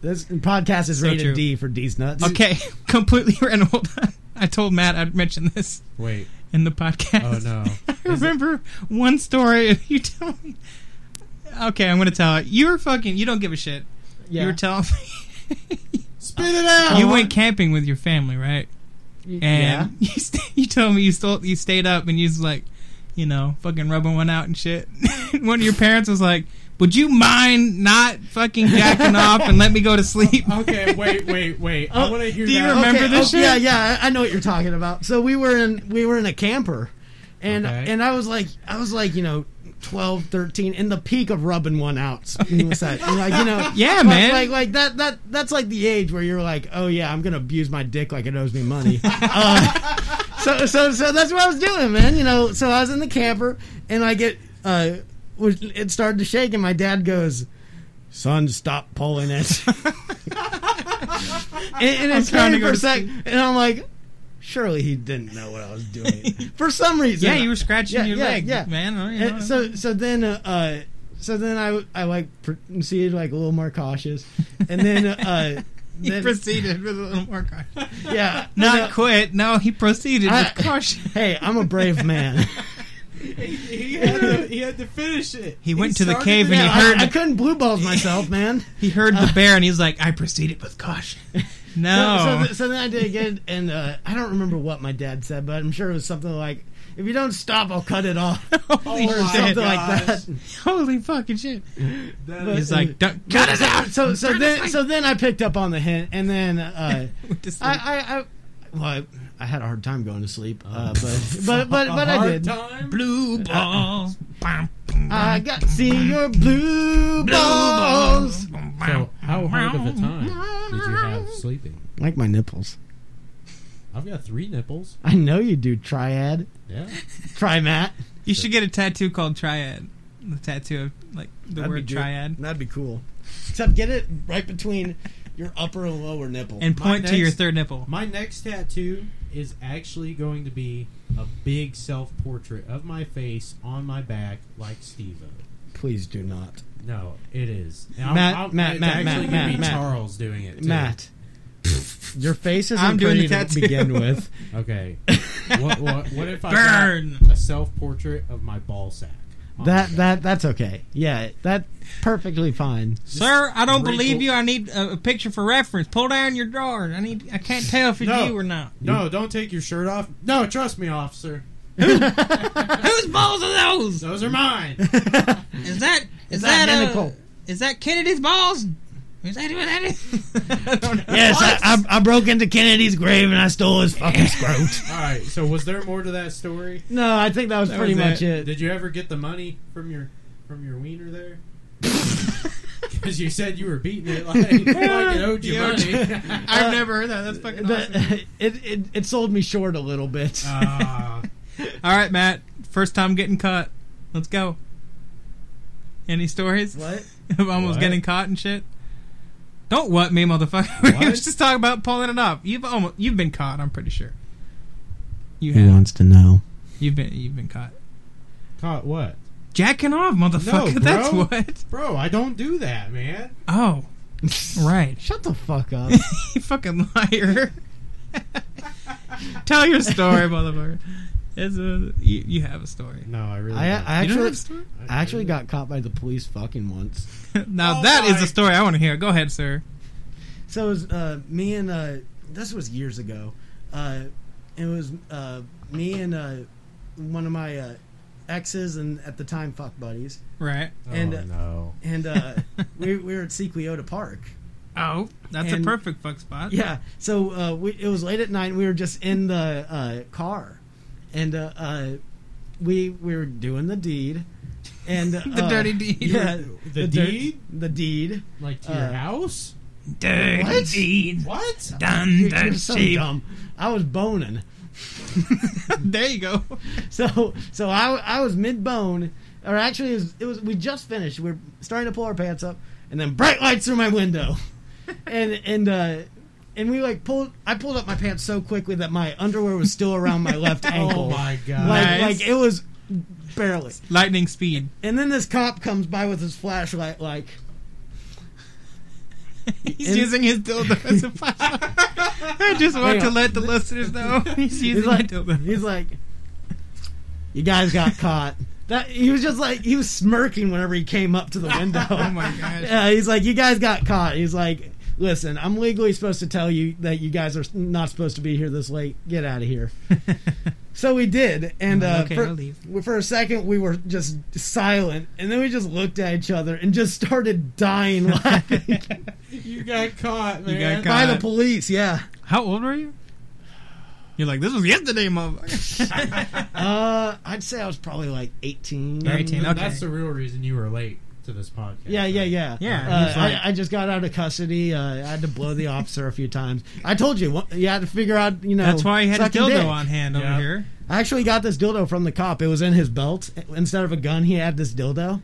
Speaker 7: this podcast is rated
Speaker 6: true.
Speaker 7: D for D's nuts.
Speaker 6: (laughs) Okay, completely (laughs) random. Hold on. I told Matt I'd mention this
Speaker 9: wait,
Speaker 6: in the podcast.
Speaker 9: oh no,
Speaker 6: (laughs) I remember one story and you tell me. Okay, I'm gonna tell it. You were fucking. You don't give a shit.
Speaker 7: Yeah. Oh.
Speaker 6: You were telling me (laughs)
Speaker 9: spit it out.
Speaker 6: you went camping with your family, right? And
Speaker 7: yeah.
Speaker 6: (laughs) you st- you told me you stole you stayed up and you was like, you know, fucking rubbing one out and shit. (laughs) one of your parents was like, "Would you mind not
Speaker 7: (laughs)
Speaker 6: fucking jacking off and let me go to sleep?"
Speaker 9: Okay, wait, wait, wait. I want to hear
Speaker 6: Oh, do you
Speaker 9: that.
Speaker 6: remember (laughs)
Speaker 7: Okay,
Speaker 6: this
Speaker 7: oh,
Speaker 6: shit?
Speaker 7: Yeah, yeah, I I know what you're talking about. So we were in we were in a camper. And
Speaker 9: Okay.
Speaker 7: and I was like I was like, you know, 12, 13 in the peak of rubbing one out. You know, it's like, like, you know,
Speaker 6: (laughs) Yeah,
Speaker 7: like,
Speaker 6: man.
Speaker 7: Like like that that that's like the age where you're like, "Oh yeah, I'm going to abuse my dick like it owes me
Speaker 6: (laughs)
Speaker 7: money." uh, so so so that's what I was doing, man. You know, so I was in the camper and I get uh was- it started to shake and my dad goes, "Son, stop pulling it." and, and it's
Speaker 6: trying
Speaker 7: funny
Speaker 6: to go
Speaker 7: for a
Speaker 6: to
Speaker 7: sec, and I'm like, surely he didn't know what I was
Speaker 6: (laughs)
Speaker 7: doing for some reason.
Speaker 6: Yeah, you were scratching your leg, man. Oh, you
Speaker 7: And
Speaker 6: know.
Speaker 7: so so then uh, uh, so then I I like proceeded like a little more cautious, and then
Speaker 6: (laughs)
Speaker 7: uh,
Speaker 6: he
Speaker 7: then,
Speaker 6: (laughs) proceeded with a little more
Speaker 9: (laughs)
Speaker 6: caution.
Speaker 7: yeah,
Speaker 6: Not
Speaker 7: and, uh,
Speaker 6: quit. No, he proceeded
Speaker 7: I-
Speaker 6: with caution.
Speaker 7: (laughs) Hey, I'm a brave
Speaker 6: (laughs)
Speaker 7: man.
Speaker 9: He had to, he had to finish it.
Speaker 6: He went to the
Speaker 9: started
Speaker 6: cave
Speaker 9: it
Speaker 6: and he
Speaker 7: Yeah, (laughs)
Speaker 9: out.
Speaker 7: I-
Speaker 6: heard-
Speaker 7: I, couldn't blue balls
Speaker 6: (laughs)
Speaker 7: myself, man.
Speaker 6: He heard
Speaker 7: Uh,
Speaker 6: the bear and he's like, "I proceeded with
Speaker 7: (laughs)
Speaker 6: caution." No.
Speaker 7: So, so,
Speaker 6: (laughs)
Speaker 7: th- so then I did again, and uh, I don't remember what my dad said, but I'm sure it was something like, "If you don't stop, I'll cut it
Speaker 6: (laughs)
Speaker 7: off," or
Speaker 6: Holy
Speaker 9: Oh my
Speaker 7: something
Speaker 6: shit!
Speaker 7: like
Speaker 9: gosh.
Speaker 7: that.
Speaker 6: Holy fucking shit!
Speaker 9: That
Speaker 7: But- uh,
Speaker 9: is-
Speaker 6: He's like, "Don't cut us out."
Speaker 7: So so then so then I picked up on the hint, and then
Speaker 6: (laughs)
Speaker 7: uh, I, I I well I, I had a hard time going to sleep, uh,
Speaker 6: Oh.
Speaker 7: but but but but I
Speaker 9: hard
Speaker 7: did.
Speaker 9: Time.
Speaker 6: blue
Speaker 7: uh,
Speaker 6: balls. Bum, bum,
Speaker 7: I got to see your blue, balls.
Speaker 6: balls. Bum,
Speaker 9: So
Speaker 6: bum.
Speaker 9: how hard of a time did you have sleeping?
Speaker 2: Like my nipples.
Speaker 9: I've got three nipples.
Speaker 7: I know you do triad,
Speaker 9: Yeah,
Speaker 7: try Matt.
Speaker 6: You should get a tattoo called triad. The tattoo of like the word triad,
Speaker 7: That'd be cool. Except get it right between your upper and lower nipple.
Speaker 6: and
Speaker 9: My
Speaker 6: point to your
Speaker 9: next-
Speaker 6: third nipple.
Speaker 9: my next tattoo is actually going to be a big self-portrait of my face on my back, like Steve-O.
Speaker 7: please do not,
Speaker 9: No, it is. And
Speaker 7: Matt,
Speaker 9: I'll-
Speaker 7: Matt,
Speaker 9: it's
Speaker 7: Matt,
Speaker 9: actually
Speaker 7: Matt,
Speaker 9: gonna be
Speaker 7: Matt, Matt.
Speaker 9: Charles doing it. Too.
Speaker 7: Matt. Your face isn't
Speaker 6: I'm doing
Speaker 7: pretty
Speaker 6: the
Speaker 7: to
Speaker 6: tattoo.
Speaker 7: begin
Speaker 6: (laughs)
Speaker 7: with. (laughs)
Speaker 9: Okay. what, what, what if I
Speaker 6: Burn.
Speaker 9: got a self-portrait of my ball sack? on
Speaker 7: That
Speaker 9: my back?
Speaker 7: that that's okay. Yeah, that's perfectly (laughs) fine.
Speaker 6: Sir, I don't believe
Speaker 9: wrinkle-
Speaker 6: you. I need a, a picture for reference. Pull down your drawers. I need. I can't tell if it's
Speaker 9: No.
Speaker 6: you or not.
Speaker 9: No, don't take your shirt off. No, trust me, officer.
Speaker 6: Whose balls are those?
Speaker 9: Those are mine.
Speaker 7: (laughs)
Speaker 6: Is that is that uh,
Speaker 7: Identical.
Speaker 6: is that Kennedy's balls? Is that what that is? (laughs) I don't know.
Speaker 7: Yes, I, I, I broke into Kennedy's grave and I stole his fucking scrote.
Speaker 9: All right. So, was there more to that story?
Speaker 7: (laughs) no, I think that was pretty
Speaker 6: was
Speaker 7: much it.
Speaker 9: Did you ever get the money from your from your wiener
Speaker 7: (laughs)
Speaker 9: there? Because you said you were beating it like, like it owed you
Speaker 6: You owed
Speaker 9: money.
Speaker 7: (laughs)
Speaker 6: I've never heard that. That's fucking awesome.
Speaker 7: uh, The- it, it it sold me short a little bit. (laughs)
Speaker 9: Ah,
Speaker 6: All right, Matt. First time getting caught. Let's go. Any stories
Speaker 7: what?
Speaker 6: (laughs) of almost
Speaker 9: What?
Speaker 6: getting caught and shit? Don't what me, motherfucker. (laughs) We
Speaker 9: What?
Speaker 6: was just talking about pulling it off. You've almost you've been caught. I'm pretty sure. You
Speaker 2: Who
Speaker 6: have.
Speaker 2: wants to know?
Speaker 6: You've been you've been caught.
Speaker 9: caught what?
Speaker 6: Jacking off, motherfucker. (laughs)
Speaker 9: bro.
Speaker 6: That's what.
Speaker 9: Bro, I don't do that, man.
Speaker 6: Oh, (laughs) right.
Speaker 7: Shut the fuck (laughs) up.
Speaker 6: (laughs) You fucking liar. (laughs) Tell your story, motherfucker. It's a, you, you have a story.
Speaker 9: No, I really.
Speaker 7: I, I
Speaker 9: don't.
Speaker 6: You don't
Speaker 7: actually
Speaker 6: have a story? (laughs)
Speaker 7: I actually got caught by the police fucking once.
Speaker 6: now
Speaker 9: Oh
Speaker 6: that is
Speaker 9: my-
Speaker 6: a story I want to hear. Go ahead, sir.
Speaker 7: So it was uh, me and uh, this was years ago. Uh, it was uh, me and uh, one of my uh, exes and at the time fuck buddies,
Speaker 6: Right.
Speaker 9: Oh,
Speaker 7: and, uh,
Speaker 9: no.
Speaker 7: and uh, we, we were at Sequoia Park.
Speaker 6: Oh, that's
Speaker 7: And-
Speaker 6: a perfect fuck spot.
Speaker 7: Yeah. So uh, we, it was late at night. And we were just in the uh, car, and uh, uh, we we were doing the deed, and uh,
Speaker 6: The dirty deed.
Speaker 7: Yeah,
Speaker 9: The
Speaker 7: dirt-
Speaker 9: deed?
Speaker 7: the deed.
Speaker 9: Like to your
Speaker 7: Uh,
Speaker 9: house?
Speaker 5: Dirty deed
Speaker 9: What?
Speaker 7: (laughs)
Speaker 5: done
Speaker 7: You're
Speaker 5: the
Speaker 7: so
Speaker 5: sheep.
Speaker 7: dumb. I was boning.
Speaker 6: (laughs) there you go.
Speaker 7: So so I I was mid bone, or actually it was, it was we just finished. We are starting to pull our pants up, and then bright lights through my window, and and uh, and we like pulled. I pulled up my pants so quickly that my underwear was still around my left ankle.
Speaker 9: Oh my god.
Speaker 7: Like
Speaker 6: Nice.
Speaker 7: like it was barely.
Speaker 6: Lightning speed.
Speaker 7: And then this cop comes by with his flashlight, like
Speaker 6: He's
Speaker 7: And-
Speaker 6: using his dildo as a flashlight. (laughs) I just want to
Speaker 7: Hang on.
Speaker 6: let the listeners know he's using
Speaker 7: he's like,
Speaker 6: a dildo.
Speaker 7: he's like, you guys got caught. That he was just like he was smirking whenever he came up to the window.
Speaker 6: (laughs) Oh my gosh.
Speaker 7: Yeah, he's like, you guys got caught. He's like, listen, I'm legally supposed to tell you that you guys are not supposed to be here this late. Get out of here. so we did, and
Speaker 6: I'm like,
Speaker 7: uh,
Speaker 6: "Okay,
Speaker 7: for,
Speaker 6: I'll leave."
Speaker 7: we- for a second we were just silent, and then we just looked at each other and just started
Speaker 6: (laughs)
Speaker 7: dying laughing
Speaker 9: You got caught, man.
Speaker 6: got caught.
Speaker 7: by the
Speaker 6: God.
Speaker 7: police. Yeah,
Speaker 6: How old were you? You're like, this was yesterday, motherfucker.
Speaker 7: uh, I'd say I was probably like 18.
Speaker 9: That-
Speaker 6: 18, okay.
Speaker 9: That's the real reason you were late to this podcast.
Speaker 7: Yeah, yeah, yeah.
Speaker 6: Yeah,
Speaker 7: Uh,
Speaker 6: he's like-
Speaker 7: I, I just got out of custody. Uh, I had to blow the officer a few times. I told you, what- you had to figure out, you know.
Speaker 6: That's why he had a
Speaker 7: sucking
Speaker 6: dildo
Speaker 7: dick.
Speaker 6: on hand
Speaker 9: Yeah.
Speaker 6: over here.
Speaker 7: I actually got this dildo from the cop. It was in his belt. Instead of a gun, he had this dildo.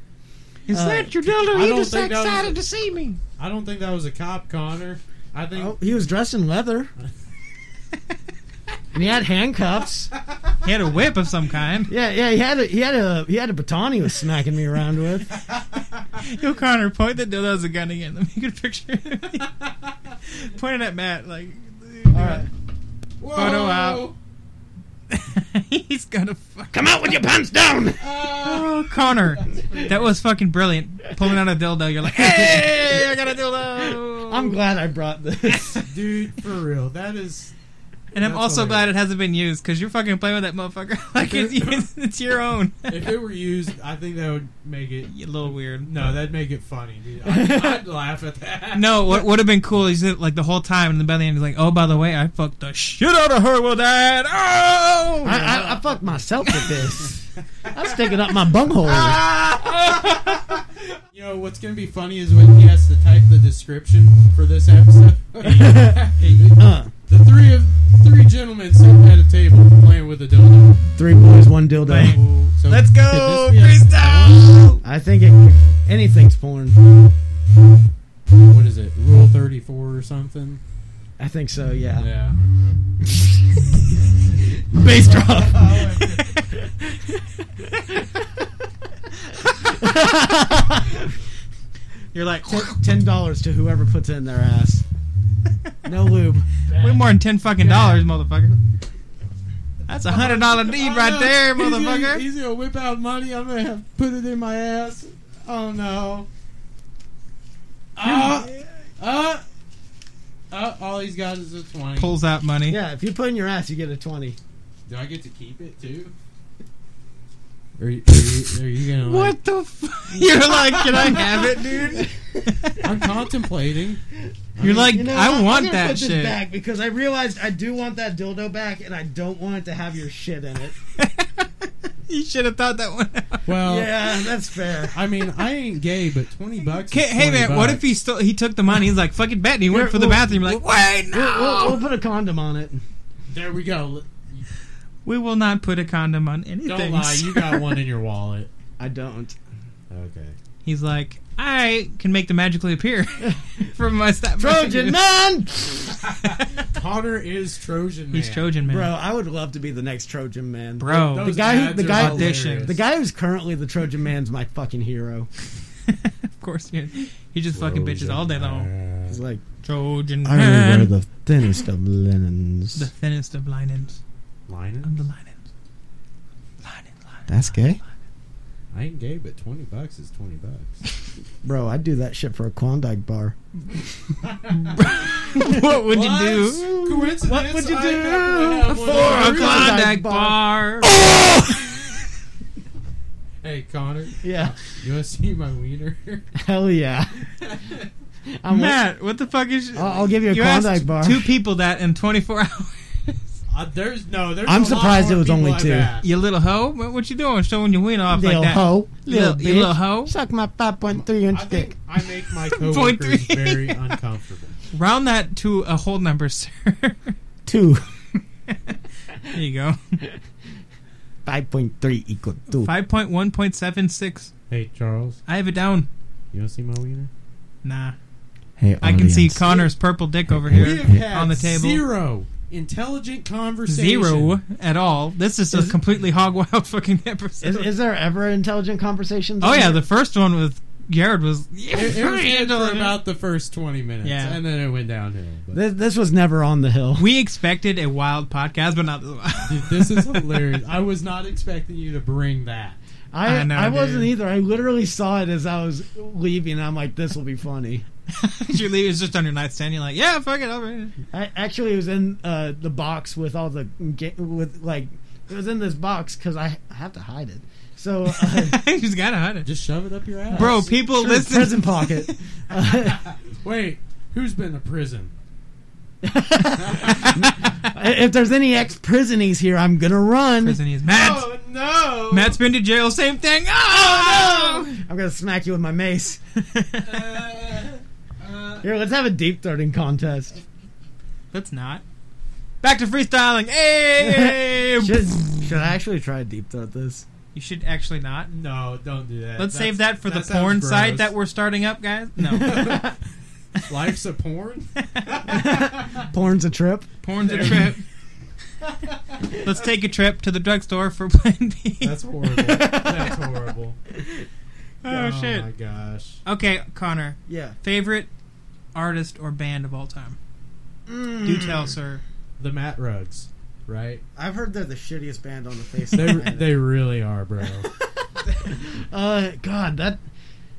Speaker 6: Is that your dildo?
Speaker 9: I You don't just think that was- excited
Speaker 6: to see me.
Speaker 9: I don't think that was a cop, Connor. I think (laughs)
Speaker 7: Oh, he was dressed in leather. and he had handcuffs.
Speaker 6: He had a whip of some kind. (laughs)
Speaker 7: Yeah, yeah. He had a he had a he had a baton he was smacking me around with.
Speaker 6: Yo, Connor, point the dildo as a gun again. (laughs) Let me get a picture. point it (laughs) at Matt, like.
Speaker 7: All right.
Speaker 9: Whoa!
Speaker 6: Photo out. (laughs) He's gonna fuck.
Speaker 2: Come out
Speaker 6: (laughs)
Speaker 2: with your pants down.
Speaker 6: Oh, Connor, that was fucking brilliant. Pulling out a dildo, you're like, hey, I got a dildo.
Speaker 7: I'm glad I brought this.
Speaker 9: Dude, for real. That is
Speaker 6: (laughs) and I'm
Speaker 9: That's
Speaker 6: also glad
Speaker 9: hilarious.
Speaker 6: it hasn't been used because you're fucking playing with that motherfucker (laughs) like it's, it's, it's your own.
Speaker 9: (laughs) if it were used, I think that would make it
Speaker 6: a little weird.
Speaker 9: no, that'd make it funny, dude. I,
Speaker 6: (laughs)
Speaker 9: I'd laugh at that.
Speaker 6: No, what would have been cool is that, like the whole time, and then by the end, he's like, "Oh, by the way, I fucked the shit out of her with that." Oh,
Speaker 7: I, I, I fucked myself with this. I was sticking up my bunghole.
Speaker 9: You know what's gonna be funny is when he has to type the description for this
Speaker 6: (laughs)
Speaker 9: episode.
Speaker 7: Uh,
Speaker 9: the three of three gentlemen sitting at a table playing with a
Speaker 6: (laughs)
Speaker 9: dildo.
Speaker 7: three boys, one dildo.
Speaker 9: So
Speaker 6: let's go,
Speaker 9: Could this be
Speaker 6: freestyle.
Speaker 7: I think it, anything's porn.
Speaker 9: a- what is it? Rule thirty four or something?
Speaker 7: I think so. Yeah.
Speaker 6: (laughs)
Speaker 9: Yeah.
Speaker 7: Bass drop. (laughs)
Speaker 6: You're like
Speaker 7: Ten dollars to whoever puts it in their ass. No lube.
Speaker 6: way more than ten fucking dollars, motherfucker. That's a hundred dollar deed
Speaker 9: I
Speaker 6: right
Speaker 9: know.
Speaker 6: there,
Speaker 9: Oh, He's gonna-
Speaker 6: motherfucker.
Speaker 9: he's gonna whip out money. I'm gonna have to put it in my ass. Oh no.
Speaker 6: Ah.
Speaker 9: Uh, uh, uh, all he's got is a 20.
Speaker 6: Pulls out money.
Speaker 7: Yeah, if you put it in your ass, you get a twenty.
Speaker 9: Do I get to keep it too? Are you, are you, are you gonna like-
Speaker 6: What the? F- (laughs) You're like, can I have it,
Speaker 9: (laughs)
Speaker 6: dude?
Speaker 9: I'm contemplating.
Speaker 6: You're like,
Speaker 7: You know,
Speaker 6: I
Speaker 7: I'm
Speaker 6: want
Speaker 7: gonna
Speaker 6: that
Speaker 7: put this
Speaker 6: shit.
Speaker 7: back because I realized I do want that dildo back, and I don't want it to have your shit in it.
Speaker 6: (laughs) you should have thought that one. Out.
Speaker 9: Well,
Speaker 7: yeah, that's fair.
Speaker 9: I mean, I ain't gay, but twenty bucks.
Speaker 6: Okay,
Speaker 9: is 20
Speaker 6: hey man, what
Speaker 9: bucks.
Speaker 6: if he stole? He took the money. He's like, fucking bet. And he went
Speaker 7: Here,
Speaker 6: for the
Speaker 7: we'll-
Speaker 6: bathroom. Like, wait, no.
Speaker 7: We'll, we'll put a condom on it.
Speaker 9: There we go.
Speaker 6: We will not put a condom on anything.
Speaker 9: Don't lie, you
Speaker 6: sir. (laughs)
Speaker 9: got one in your wallet.
Speaker 7: I don't.
Speaker 9: Okay.
Speaker 6: He's like, I can make them magically appear (laughs) from my
Speaker 7: (laughs)
Speaker 6: step.
Speaker 7: Trojan man,
Speaker 9: Connor is Trojan man.
Speaker 6: (laughs) He's Trojan man,
Speaker 7: bro. I would love to be the next Trojan man,
Speaker 6: Bro.
Speaker 9: Those
Speaker 7: The guy who-
Speaker 9: ads
Speaker 7: the
Speaker 9: are
Speaker 7: guy-
Speaker 9: hilarious.
Speaker 6: Audition.
Speaker 7: The guy who's currently the Trojan man's my fucking hero.
Speaker 6: of course, he, he just fucking bitches all day long.
Speaker 7: He's like,
Speaker 6: Trojan
Speaker 2: I
Speaker 6: man,
Speaker 2: really wear the thinnest of linens.
Speaker 6: Uh-huh. the thinnest of linens.
Speaker 9: Linen?
Speaker 6: I'm the linens. Linen, linen.
Speaker 2: That's gay,
Speaker 9: I ain't gay, but twenty bucks is twenty bucks.
Speaker 7: bro, I'd do that shit for a Klondike bar.
Speaker 6: (laughs) (laughs) what would you do
Speaker 9: Coincidence?
Speaker 7: What would you
Speaker 9: I
Speaker 7: do
Speaker 9: happen to have
Speaker 6: for
Speaker 9: one of
Speaker 6: (laughs) a
Speaker 9: those.
Speaker 6: Klondike
Speaker 7: Klondike
Speaker 6: bar? Oh,
Speaker 9: Hey Connor,
Speaker 7: Yeah,
Speaker 9: you want to see my (laughs) wiener?
Speaker 7: (laughs) hell
Speaker 6: (laughs)
Speaker 7: yeah. I'm
Speaker 6: Matt, what the fuck is?
Speaker 7: I'll- I'll give you a
Speaker 6: asked
Speaker 7: Klondike bar.
Speaker 6: Two people that in 24 (laughs) hours.
Speaker 9: Uh, there's no. There's.
Speaker 7: I'm
Speaker 9: a lot
Speaker 7: surprised
Speaker 9: more
Speaker 7: it was
Speaker 9: people
Speaker 7: only
Speaker 9: I've
Speaker 7: two.
Speaker 9: asked.
Speaker 6: You little hoe? What, what you doing? Showing your ween off
Speaker 7: Little
Speaker 6: like that?
Speaker 7: hoe. Little,
Speaker 6: Little- you
Speaker 7: bitch.
Speaker 6: little hoe.
Speaker 7: Suck my 5.3
Speaker 9: I
Speaker 7: inch dick.
Speaker 9: think I make
Speaker 6: (laughs)
Speaker 9: my
Speaker 6: Point
Speaker 9: coworkers
Speaker 6: three. (laughs)
Speaker 9: very uncomfortable.
Speaker 6: Round that to a whole number, (laughs) sir. there
Speaker 7: Two. (laughs)
Speaker 6: you go.
Speaker 7: 5.3 equal two.
Speaker 6: Five point one point seven six.
Speaker 9: Hey Charles,
Speaker 6: I have it down.
Speaker 9: you want to see my wiener?
Speaker 6: Nah,
Speaker 2: Hey,
Speaker 6: I can see
Speaker 2: audience.
Speaker 6: Connor's purple dick over
Speaker 9: We
Speaker 6: here
Speaker 9: have had
Speaker 6: on the table.
Speaker 9: zero intelligent conversation.
Speaker 6: Zero at all. This is a
Speaker 7: Is-
Speaker 6: completely hog wild (laughs) fucking episode.
Speaker 7: Is, is there ever intelligent conversations?
Speaker 6: oh
Speaker 7: on
Speaker 6: yeah,
Speaker 7: here?
Speaker 6: the first one with Jared was. (laughs)
Speaker 9: It, it was good for about the first twenty minutes,
Speaker 6: Yeah.
Speaker 9: and then it went downhill. But
Speaker 6: (laughs)
Speaker 7: This, this was never on the hill.
Speaker 6: we expected a wild podcast, but not.
Speaker 9: Dude, this is hilarious.
Speaker 6: (laughs)
Speaker 9: I was not expecting you to bring that.
Speaker 7: I,
Speaker 6: (laughs) I
Speaker 7: I,
Speaker 6: know,
Speaker 7: wasn't
Speaker 6: dude.
Speaker 7: either. I literally saw it as I was leaving. I'm like, this will be funny.
Speaker 6: you leave it's just on your nightstand. You're like, yeah, fuck it, over.
Speaker 9: (laughs)
Speaker 6: it.
Speaker 7: I actually it was in uh, the box with all the ga- with like it was in this box because I, I have to hide it. So
Speaker 6: (laughs)
Speaker 7: uh,
Speaker 6: (laughs) you just gotta hide it.
Speaker 9: Just shove it up your ass,
Speaker 6: Bro, people listen.
Speaker 7: prison
Speaker 6: (laughs)
Speaker 7: pocket. Uh, (laughs)
Speaker 9: Wait, who's been to prison?
Speaker 7: if there's any ex prisonies here, I'm gonna run.
Speaker 6: Prisonies. Matt.
Speaker 9: Oh, no!
Speaker 6: Matt's been to jail. Same thing. Oh,
Speaker 7: I'm gonna smack you with my mace. (laughs)
Speaker 9: Uh,
Speaker 7: Here, let's have a deep throating contest.
Speaker 6: That's not. Back to freestyling.
Speaker 9: (laughs)
Speaker 6: Hey,
Speaker 7: Should, should I actually try to deep throat this?
Speaker 6: you should actually not.
Speaker 9: no, don't do that.
Speaker 6: Let's
Speaker 9: That's-
Speaker 6: save that for the
Speaker 9: sounds
Speaker 6: porn
Speaker 9: gross.
Speaker 6: site that we're starting up, guys. No,
Speaker 9: (laughs)
Speaker 6: (laughs)
Speaker 9: Life's a porn?
Speaker 7: (laughs)
Speaker 9: (laughs)
Speaker 7: Porn's a trip.
Speaker 6: porn's a trip. (laughs) Let's take a trip to the drugstore for (laughs) Plan B.
Speaker 9: That's horrible. That's horrible.
Speaker 6: (laughs) oh shit.
Speaker 9: my gosh.
Speaker 6: Okay, Connor.
Speaker 7: Yeah.
Speaker 6: Favorite artist or band of all time?
Speaker 7: Hmm.
Speaker 6: Do tell, sir.
Speaker 9: The Matt Rugs,
Speaker 6: (laughs)
Speaker 9: right?
Speaker 7: I've heard they're the shittiest band on the face. of
Speaker 9: They,
Speaker 7: the planet.
Speaker 9: they really are, bro.
Speaker 7: uh, God, that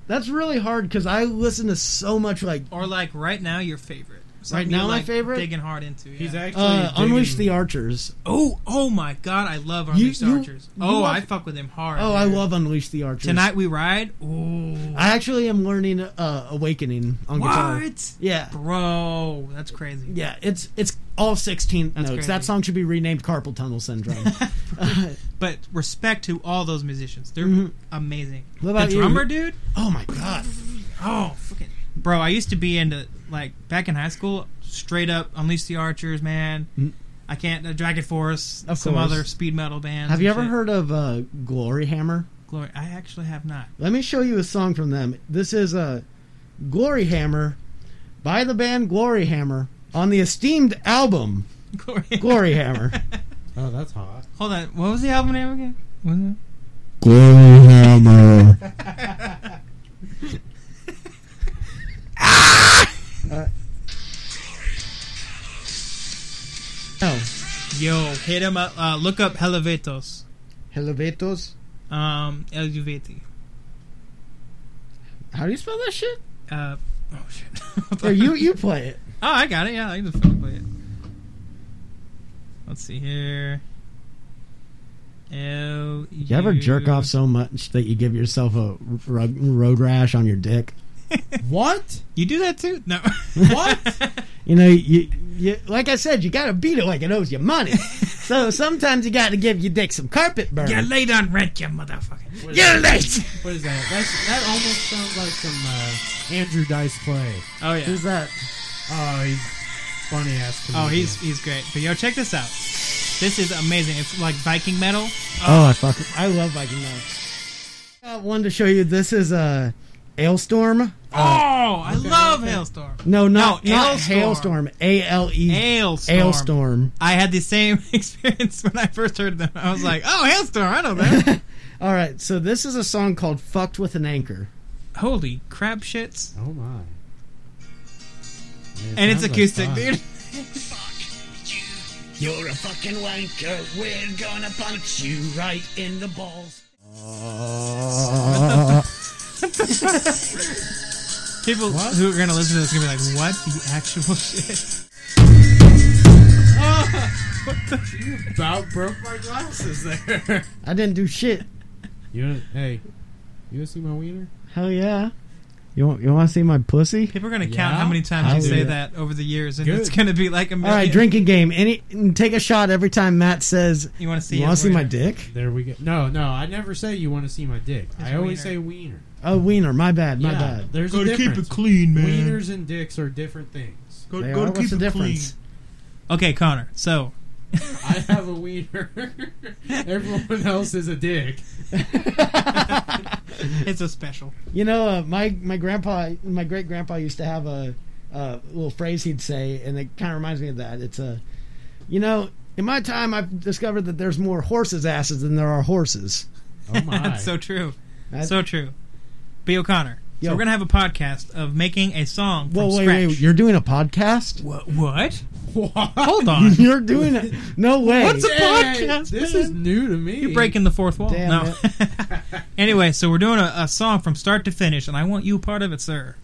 Speaker 7: that's really hard because I listen to so much like
Speaker 6: Or like right now, your favorite. Something
Speaker 7: now
Speaker 6: you're,
Speaker 7: my
Speaker 6: like,
Speaker 7: favorite?
Speaker 6: Digging hard into. Yeah.
Speaker 9: He's actually.
Speaker 7: uh, Unleash the
Speaker 9: digging-
Speaker 7: Archers.
Speaker 6: Oh, oh my God! I love
Speaker 7: You-
Speaker 6: Unleashed
Speaker 7: you-
Speaker 6: Archers.
Speaker 7: you
Speaker 6: oh,
Speaker 7: love-
Speaker 6: I fuck with him hard.
Speaker 7: Oh, I
Speaker 6: dude.
Speaker 7: love Unleash the Archers.
Speaker 6: Tonight we ride. Ooh,
Speaker 7: I actually am learning uh, Awakening on guitar.
Speaker 6: what?
Speaker 7: Yeah,
Speaker 6: Bro, that's crazy.
Speaker 7: yeah. It's it's all sixteen
Speaker 6: That's
Speaker 7: notes.
Speaker 6: crazy.
Speaker 7: That song should be renamed Carpal Tunnel Syndrome. (laughs) Uh,
Speaker 6: But respect to all those musicians. They're amazing.
Speaker 7: Mm-hmm. What about
Speaker 6: the
Speaker 7: you?
Speaker 6: drummer, dude.
Speaker 7: oh my God.
Speaker 6: Oh, fucking. Bro, I used to be into like back in high school, straight up Unleash the Archers, man. I can't uh, Dragon Force,
Speaker 7: Mm. Of
Speaker 6: some
Speaker 7: course.
Speaker 6: other speed metal bands.
Speaker 7: Have
Speaker 6: and
Speaker 7: you ever
Speaker 6: shit.
Speaker 7: heard of uh, Glory Hammer?
Speaker 6: Glory? I actually have not. (laughs)
Speaker 7: Let me show you a song from them. This is uh, Glory Hammer by the band Glory Hammer on the esteemed album
Speaker 6: Glory.
Speaker 7: Glory Hammer.
Speaker 9: Oh, that's hot.
Speaker 6: Hold on. What was the album name again? What was it?
Speaker 2: Glory Hammer.
Speaker 7: oh,
Speaker 6: Yo, hit him up. Uh, look up Helvetos.
Speaker 7: Helvetos.
Speaker 6: Um, Helveti.
Speaker 7: How do you spell that shit?
Speaker 6: Uh, oh shit. (laughs) Hold
Speaker 7: Or
Speaker 6: on.
Speaker 7: you you play it.
Speaker 6: Oh, I got it. Yeah, I can just fucking play it. Let's see here. L.
Speaker 7: You ever jerk
Speaker 6: (laughs)
Speaker 7: off so much that you give yourself a rug, road rash on your dick?
Speaker 9: What?
Speaker 6: You do that too? No. (laughs)
Speaker 9: What?
Speaker 7: You know, you, you like I said, you gotta beat it like it owes you (laughs) money. so sometimes you gotta give your dick some carpet burn.
Speaker 6: You're late on rent, you motherfucker.
Speaker 9: What is
Speaker 7: You're
Speaker 9: that?
Speaker 7: late.
Speaker 9: What is that? That's, that almost sounds like some uh, Andrew Dice Clay.
Speaker 6: Oh yeah.
Speaker 7: Who's that?
Speaker 9: Oh, he's funny ass.
Speaker 6: Oh, he's he's great. But yo, check this out. This is amazing. It's like Viking metal.
Speaker 7: Oh, I fuck. I love Viking Knight. Got one to show you. This is a uh, Ailstorm.
Speaker 6: Oh, I love Hailstorm.
Speaker 7: No, not,
Speaker 6: No,
Speaker 7: not
Speaker 6: Hailstorm.
Speaker 7: Hailstorm. A L E
Speaker 6: Hailstorm.
Speaker 7: Ailstorm.
Speaker 6: I had the same (laughs) experience when I first heard them. I was like, oh, Hailstorm, I know that.
Speaker 7: All right, so this is a song called "Fucked with an Anchor."
Speaker 6: Holy crap shits.
Speaker 9: Oh my. Man, it
Speaker 6: And it's
Speaker 9: sounds like
Speaker 6: acoustic,
Speaker 9: fun.
Speaker 6: (laughs) dude.
Speaker 2: You're a fucking wanker. We're gonna punch you right in the balls.
Speaker 6: People who are gonna listen to this are gonna be like, "What the actual (laughs) shit?"
Speaker 9: About broke my glasses there.
Speaker 7: I didn't do shit.
Speaker 9: you wanna, hey, you wanna see my wiener?
Speaker 7: Hell yeah. You want, you want to see my pussy?
Speaker 6: People are gonna count
Speaker 9: Yeah?
Speaker 6: how many times
Speaker 7: I'll
Speaker 6: you
Speaker 7: do
Speaker 6: say
Speaker 7: that.
Speaker 6: that over the years, and
Speaker 9: Good.
Speaker 6: it's gonna be like a
Speaker 7: All
Speaker 6: million.
Speaker 7: right, drinking game. Any take a shot every time Matt says
Speaker 6: You want to see?
Speaker 7: you want
Speaker 6: his
Speaker 7: to see my
Speaker 6: wiener.
Speaker 7: dick?
Speaker 9: There we go. No, no, I never say you want to see my dick. I always
Speaker 6: wiener.
Speaker 9: say wiener.
Speaker 7: Oh, wiener. My bad. My
Speaker 9: yeah,
Speaker 7: bad.
Speaker 9: There's a
Speaker 3: Gotta
Speaker 9: difference.
Speaker 3: keep it clean, man.
Speaker 9: Wieners and dicks are different things.
Speaker 3: Go,
Speaker 7: They
Speaker 3: gotta
Speaker 7: are? What's
Speaker 3: keep
Speaker 7: the
Speaker 3: it clean.
Speaker 7: difference?
Speaker 6: Okay, Connor. So (laughs)
Speaker 9: I have a wiener. (laughs) Everyone else is a dick.
Speaker 6: it's a special.
Speaker 7: (laughs) You know, uh, my my grandpa, my great grandpa used to have a, a little phrase he'd say, and it kind of reminds me of that. It's a, you know, in my time, I've discovered that there's more horses' asses than there are horses.
Speaker 9: Oh my.
Speaker 6: That's (laughs) so true.
Speaker 7: That-
Speaker 6: so true. B. O'Connor.
Speaker 7: Yo.
Speaker 6: So we're gonna have a podcast of making a song from
Speaker 7: Whoa, wait,
Speaker 6: scratch.
Speaker 7: wait! You're doing a podcast?
Speaker 6: Wha- what?
Speaker 9: (laughs) What?
Speaker 6: Hold
Speaker 7: (laughs)
Speaker 6: on.
Speaker 7: You're doing it? No way!
Speaker 6: What's a
Speaker 9: Hey,
Speaker 6: podcast?
Speaker 9: this
Speaker 6: man?
Speaker 9: is new to me. (laughs)
Speaker 6: You're breaking the fourth wall.
Speaker 7: Damn
Speaker 6: no. (laughs) anyway, so we're doing a, a song from start to finish, and I want you part of it, sir.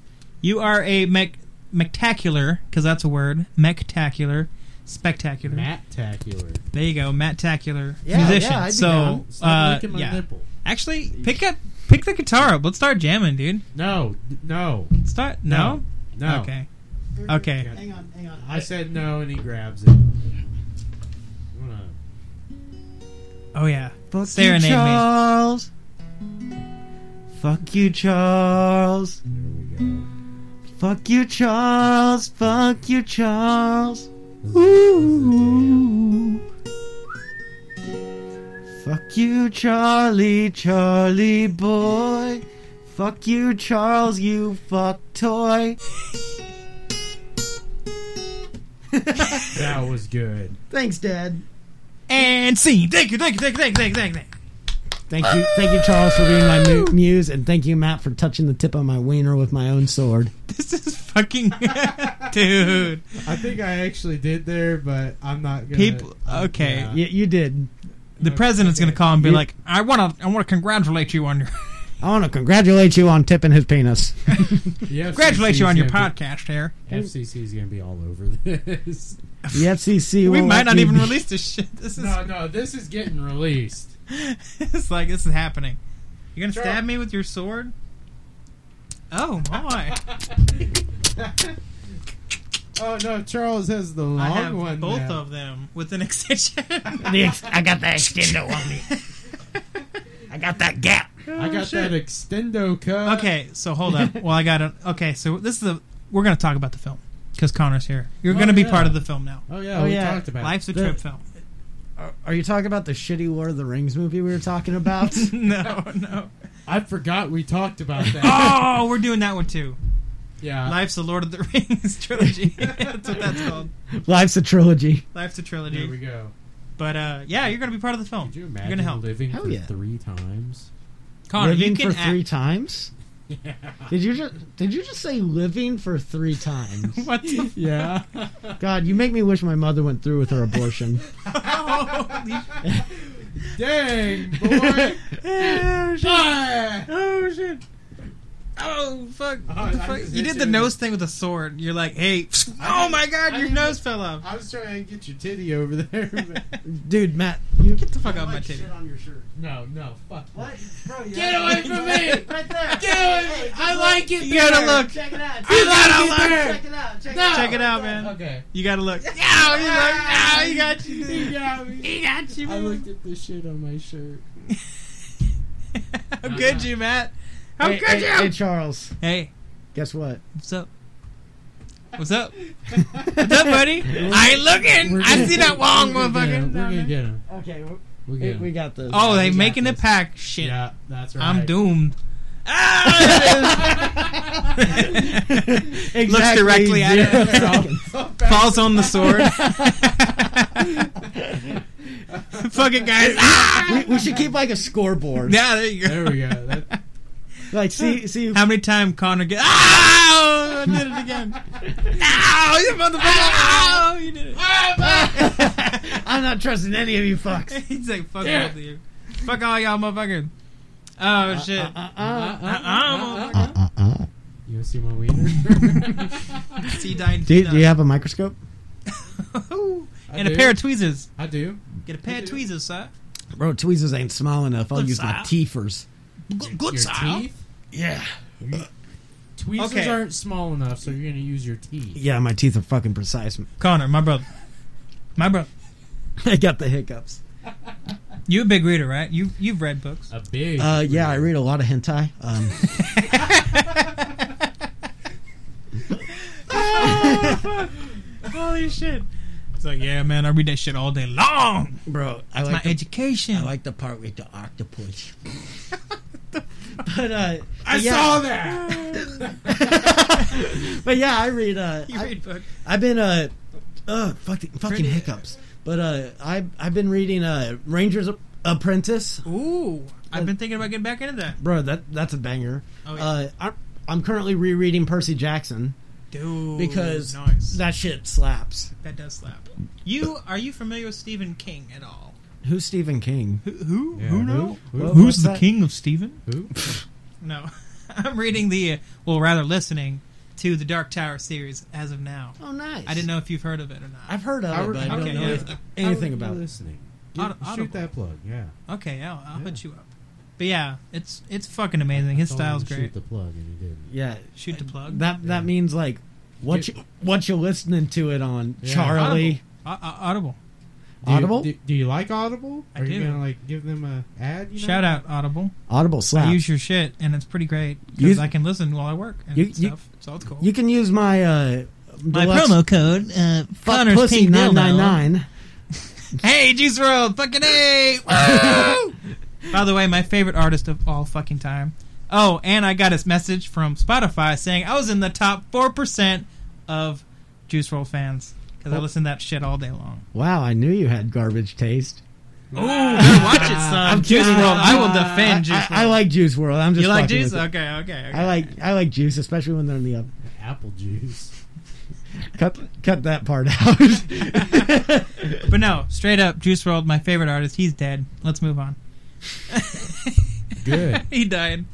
Speaker 6: You are a mec- mectacular, because that's a word. Mectacular. Spectacular.
Speaker 9: Matt Tacular.
Speaker 6: There you go, Matt Tacular,
Speaker 7: Yeah,
Speaker 6: musician.
Speaker 7: yeah, I'd be
Speaker 6: so,
Speaker 7: down.
Speaker 9: Stop
Speaker 6: uh,
Speaker 9: licking my
Speaker 6: yeah.
Speaker 9: nipple.
Speaker 6: Actually, pick up, pick the guitar up. Let's start jamming, dude.
Speaker 9: No, no,
Speaker 6: Start. No.
Speaker 9: no.
Speaker 6: Okay. Okay.
Speaker 7: Hang on, hang on.
Speaker 9: I said no, and he grabs it. I'm gonna-
Speaker 6: Oh yeah.
Speaker 7: Fuck
Speaker 6: Serenade
Speaker 7: you,
Speaker 6: me.
Speaker 7: Charles. Fuck you, Charles.
Speaker 9: There we go.
Speaker 7: Fuck you, Charles. Fuck you, Charles.
Speaker 9: This is- this
Speaker 7: Fuck you, Charlie, Charlie boy. Fuck you, Charles, you fuck toy.
Speaker 9: is a damn- That was good.
Speaker 7: Thanks, Dad.
Speaker 6: And scene. Thank you. Thank you. Thank you. Thank you. Thank you. Thank you. (laughs)
Speaker 7: Thank you, thank you, Charles, for being my mu- muse, and thank you, Matt, for touching the tip of my wiener with my own sword.
Speaker 6: This is fucking, (laughs) dude.
Speaker 9: I think I actually did there, but I'm not gonna. uh,
Speaker 6: People. Okay.
Speaker 9: Yeah.
Speaker 7: You, you did.
Speaker 6: The president's gonna call and be
Speaker 7: You-
Speaker 6: like, "I want to, I want to congratulate you on your, (laughs)
Speaker 7: I want to congratulate you on tipping his penis.
Speaker 9: The FCC
Speaker 6: congratulate you on your
Speaker 9: is gonna
Speaker 6: podcast here."
Speaker 9: be- FCC is gonna be all over
Speaker 6: (laughs)
Speaker 9: this.
Speaker 7: (laughs) The FCC.
Speaker 6: We
Speaker 7: won't
Speaker 6: might
Speaker 7: let
Speaker 6: not
Speaker 7: you
Speaker 6: even
Speaker 7: be-
Speaker 6: release this shit. (laughs) This is,
Speaker 9: no, no, this is getting
Speaker 6: (laughs)
Speaker 9: released.
Speaker 6: it's like this is happening. You're gonna
Speaker 9: Sure.
Speaker 6: stab me with your sword? Oh
Speaker 9: (laughs)
Speaker 6: my!
Speaker 9: Oh no, Charles has the long
Speaker 6: I have
Speaker 9: one.
Speaker 6: both
Speaker 9: now.
Speaker 6: of them with an (laughs) extension.
Speaker 7: The ex- I got that extendo on me. I got that gap.
Speaker 9: I got
Speaker 6: Oh, shit.
Speaker 9: that extendo cut.
Speaker 6: (laughs) okay, so
Speaker 9: (laughs)
Speaker 6: hold up. Well, I got it. Okay, so this is the we're gonna talk about the film because Connor's here. You're
Speaker 9: Oh,
Speaker 6: gonna be
Speaker 9: yeah.
Speaker 6: part of the film now.
Speaker 9: Oh yeah,
Speaker 7: Oh,
Speaker 9: we
Speaker 7: yeah.
Speaker 9: talked about
Speaker 6: Life's a
Speaker 7: The-
Speaker 6: trip film. (laughs)
Speaker 7: Are you talking about the shitty Lord of the Rings movie we were talking
Speaker 6: (laughs)
Speaker 7: about? (laughs)
Speaker 6: no, no.
Speaker 9: it. I forgot we talked
Speaker 6: (laughs)
Speaker 9: about that.
Speaker 6: Oh, we're doing that one too.
Speaker 9: yeah.
Speaker 6: Life's the Lord of the Rings
Speaker 9: (laughs)
Speaker 6: (laughs) trilogy. that's what that's called.
Speaker 7: Life's a trilogy.
Speaker 6: Life's a
Speaker 9: There we
Speaker 6: trilogy.
Speaker 9: go.
Speaker 6: But uh, yeah, you're gonna be part of the film.
Speaker 9: Could you
Speaker 6: are
Speaker 9: imagine
Speaker 6: gonna help,
Speaker 9: living
Speaker 7: Hell
Speaker 9: for
Speaker 7: yeah.
Speaker 9: three times?
Speaker 6: Connor.
Speaker 7: living
Speaker 6: you can
Speaker 7: for three
Speaker 6: act-
Speaker 7: times. Did you just did you just say living for three times?
Speaker 9: (laughs)
Speaker 6: (laughs) What the f-
Speaker 9: Yeah.
Speaker 7: God, you make me wish my mother went through with her abortion.
Speaker 6: (laughs) Holy
Speaker 9: (laughs) Dang,
Speaker 7: (laughs)
Speaker 9: boy.
Speaker 6: Oh shit!
Speaker 9: Ah! Bye.
Speaker 6: Oh shit! Oh fuck!
Speaker 9: Oh,
Speaker 6: What the
Speaker 9: I
Speaker 6: fuck?
Speaker 9: just
Speaker 6: You
Speaker 9: hit
Speaker 6: did
Speaker 9: you
Speaker 6: the
Speaker 9: in
Speaker 6: nose thing with a sword. You're like, hey!
Speaker 9: (laughs)
Speaker 6: Oh my god,
Speaker 9: I
Speaker 6: your
Speaker 9: didn't-
Speaker 6: nose
Speaker 9: (laughs)
Speaker 6: fell off.
Speaker 9: (laughs) I was trying to get your titty over there. But
Speaker 7: Dude, Matt, you
Speaker 6: Get the fuck out of (laughs) my titty.
Speaker 7: on your shirt.
Speaker 9: no, no, fuck. What?
Speaker 7: Get
Speaker 9: away from me!
Speaker 7: (laughs) Right there.
Speaker 9: Get away from me! I like it.
Speaker 6: You gotta look.
Speaker 7: Check it out.
Speaker 6: You gotta look.
Speaker 7: it out. Check
Speaker 9: No.
Speaker 6: (laughs) Check it out, man.
Speaker 9: Okay.
Speaker 6: You gotta look. Yeah, you like, "Ow, you got
Speaker 9: (laughs)
Speaker 6: you. (laughs)
Speaker 9: He got me.
Speaker 6: He got you.
Speaker 9: I
Speaker 6: man."
Speaker 9: looked at the shit on my shirt.
Speaker 6: How
Speaker 9: (laughs)
Speaker 6: good you, Matt? How
Speaker 7: Hey,
Speaker 6: good
Speaker 7: hey, hey,
Speaker 6: you?
Speaker 7: Charles.
Speaker 6: Hey,
Speaker 7: Guess what?
Speaker 6: what's up? What's up? What's up,
Speaker 9: (laughs)
Speaker 6: buddy? I ain't looking. I see that wrong
Speaker 9: We're gonna get him.
Speaker 6: motherfucker.
Speaker 9: We're gonna get him.
Speaker 7: Okay, we-
Speaker 9: We're
Speaker 7: we,
Speaker 9: gonna
Speaker 7: we got this.
Speaker 6: Oh, they
Speaker 7: We got
Speaker 6: making a
Speaker 7: this.
Speaker 6: pack. Shit.
Speaker 9: Yeah, that's right. (laughs)
Speaker 6: I'm doomed. (laughs) Ah!
Speaker 7: exactly
Speaker 6: (laughs) Looks directly at
Speaker 7: zero
Speaker 6: it.
Speaker 7: seconds.
Speaker 9: (laughs)
Speaker 6: Falls (laughs) on the sword. Fuck it, guys. Ah!
Speaker 7: (laughs) we, we should keep like a scoreboard.
Speaker 6: Yeah, there you go.
Speaker 9: There we go. That,
Speaker 7: Like, see, see, (laughs)
Speaker 6: (laughs) How many times Connor gets. Ah! I did it again.
Speaker 9: (laughs)
Speaker 6: (laughs) No! You motherfucker!
Speaker 9: Ah!
Speaker 6: Ow! You did it.
Speaker 7: I'm not trusting any of you fucks.
Speaker 6: (laughs) He's like, fuck both of you. Fuck all y'all motherfuckers. Oh, shit. Uh,
Speaker 7: Uh, uh,
Speaker 6: uh, uh,
Speaker 9: you wanna see my
Speaker 6: (laughs)
Speaker 9: wiener?
Speaker 6: See, Dine.
Speaker 7: do, you, do you have a microscope?
Speaker 6: and a
Speaker 9: do.
Speaker 6: pair of tweezers.
Speaker 9: I do.
Speaker 6: Get a pair of tweezers, sir.
Speaker 7: Bro, tweezers ain't small enough. I'll
Speaker 6: Look,
Speaker 7: use my
Speaker 6: Sal.
Speaker 7: teethers.
Speaker 6: Good, good
Speaker 9: Your
Speaker 6: sir.
Speaker 9: teeth?
Speaker 7: Yeah.
Speaker 9: Tweezers
Speaker 6: Okay.
Speaker 9: aren't small enough, so you're gonna use your teeth.
Speaker 7: Yeah, my teeth are fucking precise. (laughs)
Speaker 6: Connor, my brother. My brother.
Speaker 7: I got the hiccups.
Speaker 6: You're a big reader, right? You you've read books.
Speaker 9: A big.
Speaker 7: Uh, yeah, I read a lot of hentai. Um,
Speaker 6: (laughs) Holy shit. It's like, yeah, man, I read that shit all day long.
Speaker 7: bro, I
Speaker 6: My
Speaker 7: like the,
Speaker 6: education.
Speaker 7: I like the part with the
Speaker 6: (laughs)
Speaker 7: octopus. but uh,
Speaker 6: I
Speaker 7: yeah.
Speaker 6: saw that.
Speaker 7: But yeah, I read. Uh,
Speaker 6: (laughs) you
Speaker 7: I,
Speaker 6: read books.
Speaker 7: I've been uh, uh, fucking fucking hiccups. But uh, I I've been reading uh Ranger's Apprentice.
Speaker 6: Ooh, I've been thinking about getting back into that,
Speaker 7: Bro, that that's a banger.
Speaker 6: Oh, yeah.
Speaker 7: Uh, I, I'm currently rereading Percy Jackson
Speaker 6: dude.
Speaker 7: because
Speaker 6: nice. that
Speaker 7: that shit slaps.
Speaker 6: that does slap. You are you familiar with Stephen King at all?
Speaker 7: Who's Stephen King?
Speaker 6: Who who
Speaker 9: Yeah,
Speaker 6: who know?
Speaker 9: Who?
Speaker 7: Well,
Speaker 9: who-
Speaker 7: what's that?
Speaker 6: king of Stephen? (laughs)
Speaker 9: who?
Speaker 6: No, I'm reading the uh, well, rather listening to the Dark Tower series as of now.
Speaker 7: Oh, nice.
Speaker 6: I didn't know if you've heard of it or not.
Speaker 7: I've heard of it, but I don't
Speaker 6: okay,
Speaker 7: know
Speaker 6: yeah.
Speaker 7: anyth-
Speaker 9: How are
Speaker 7: anything
Speaker 9: you
Speaker 7: about it.
Speaker 9: listening.
Speaker 6: Aud-
Speaker 9: Get- shoot
Speaker 6: audible.
Speaker 9: that plug. Yeah.
Speaker 6: Okay, I'll, I'll
Speaker 9: Yeah.
Speaker 6: hit you up. But yeah, it's it's fucking amazing. His
Speaker 9: I told him
Speaker 6: style's
Speaker 9: to
Speaker 6: great.
Speaker 9: Shoot the plug, and he didn't.
Speaker 7: Yeah,
Speaker 6: Shoot the plug.
Speaker 7: that that means like what
Speaker 9: Dude.
Speaker 7: you what you listening to it on,
Speaker 9: Yeah.
Speaker 7: Charlie?
Speaker 6: Au- au- Uh, audible.
Speaker 9: Do you-
Speaker 7: Audible?
Speaker 9: do, do you like Audible?
Speaker 6: I
Speaker 9: Are
Speaker 6: do.
Speaker 9: you gonna like give them a ad? You know?
Speaker 6: Shout out Audible.
Speaker 7: Audible
Speaker 6: I
Speaker 7: slap.
Speaker 6: use your shit, and it's pretty great because
Speaker 7: You-
Speaker 6: I can listen while I work and
Speaker 7: You- you-
Speaker 6: stuff. so it's cool.
Speaker 7: you can use my uh,
Speaker 6: My
Speaker 7: deluxe
Speaker 6: promo code, uh,
Speaker 7: fuck
Speaker 6: Connor's
Speaker 7: pussy
Speaker 6: Pink Dildo.
Speaker 7: nine nine nine.
Speaker 6: Hey, Juice World, fucking hey!
Speaker 7: Uh.
Speaker 6: Woo! By the way, my favorite artist of all fucking time. Oh, and I got his message from Spotify saying I was in the top four percent of Juice World fans because
Speaker 7: Oh.
Speaker 6: I listen to that shit all day long.
Speaker 7: Wow, I knew you had garbage taste. Ah,
Speaker 6: Watch it, son. Juice World. I will defend Juice
Speaker 7: I,
Speaker 6: World.
Speaker 7: I like Juice World. I'm just
Speaker 6: you like
Speaker 7: fucking
Speaker 6: Juice?
Speaker 7: with it.
Speaker 6: Okay, okay, okay.
Speaker 7: I like I like Juice, especially when they're in the oven.
Speaker 9: Apple Juice. (laughs)
Speaker 7: Cut cut that part (laughs) out.
Speaker 6: But no, straight up, Juice World, my favorite artist. He's dead. Let's move on.
Speaker 9: Good.
Speaker 6: (laughs) he died.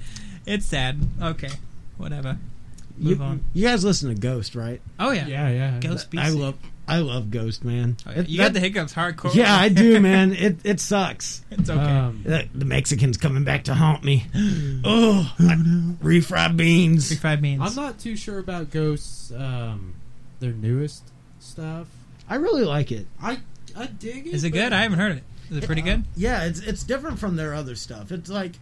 Speaker 6: It's sad. Okay, whatever. Move
Speaker 7: you,
Speaker 6: on.
Speaker 7: you guys listen to Ghost, right?
Speaker 6: Oh yeah,
Speaker 9: Yeah, yeah.
Speaker 6: Ghost BC.
Speaker 7: I love I love Ghost, man.
Speaker 6: Oh, yeah.
Speaker 7: It-
Speaker 6: You got
Speaker 7: that-
Speaker 6: the hiccups hardcore.
Speaker 7: yeah, I
Speaker 6: (laughs)
Speaker 7: do, man. It it sucks.
Speaker 6: it's okay.
Speaker 9: Um,
Speaker 7: The the Mexicans coming back to haunt
Speaker 6: (gasps)
Speaker 7: me. Oh, I- refried beans.
Speaker 6: Refried beans.
Speaker 9: I'm not too sure about Ghosts. Um, their newest stuff.
Speaker 7: I really like it.
Speaker 9: I I dig it.
Speaker 6: Is it
Speaker 9: but-
Speaker 6: good? I haven't heard it. Is it pretty
Speaker 9: Uh,
Speaker 6: good?
Speaker 7: Yeah, it's it's different from their other stuff. It's like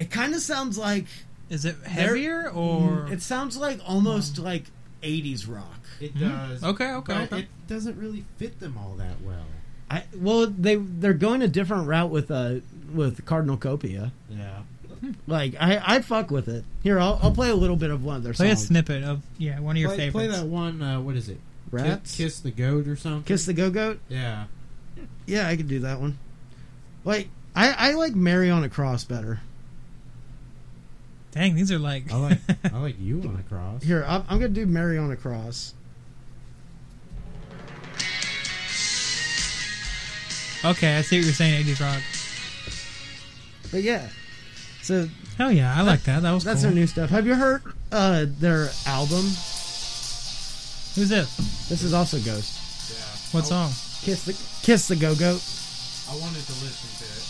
Speaker 7: it kind of sounds like Mm,
Speaker 6: Is it heavier or?
Speaker 9: Mm,
Speaker 7: it sounds like almost like 80s rock.
Speaker 9: It does.
Speaker 6: Mm-hmm. Okay, okay,
Speaker 9: but
Speaker 6: okay.
Speaker 9: It doesn't really fit them all that well.
Speaker 7: I, well, they they're going a different route with uh with Cardinal Copia.
Speaker 9: Yeah.
Speaker 7: Like I, I fuck with it. Here, I'll, I'll play a little bit of one of their
Speaker 6: play a
Speaker 7: songs.
Speaker 6: snippet of yeah one of your
Speaker 9: Play, play
Speaker 6: favorites.
Speaker 9: that one. Uh, what is it? Ki-
Speaker 7: Rats, kiss,
Speaker 9: Kiss the goat or something.
Speaker 7: the go goat.
Speaker 9: Yeah.
Speaker 7: Yeah, I could do that one. Like I, I like Mary on a Cross better.
Speaker 6: Dang, these are like.
Speaker 9: I (laughs) like
Speaker 6: (laughs)
Speaker 9: I like you on a cross.
Speaker 7: Here, I'm, I'm gonna do Mary on a Cross.
Speaker 6: okay, I see what you're saying. 80s rock.
Speaker 7: But yeah, so
Speaker 6: Hell yeah, I like that. That was
Speaker 7: that's
Speaker 6: cool.
Speaker 7: their new stuff. Have you heard uh their album?
Speaker 6: Who's this?
Speaker 7: This is also Ghost.
Speaker 6: What song?
Speaker 7: Kiss the Kiss the Go Goat.
Speaker 9: I wanted to listen to it.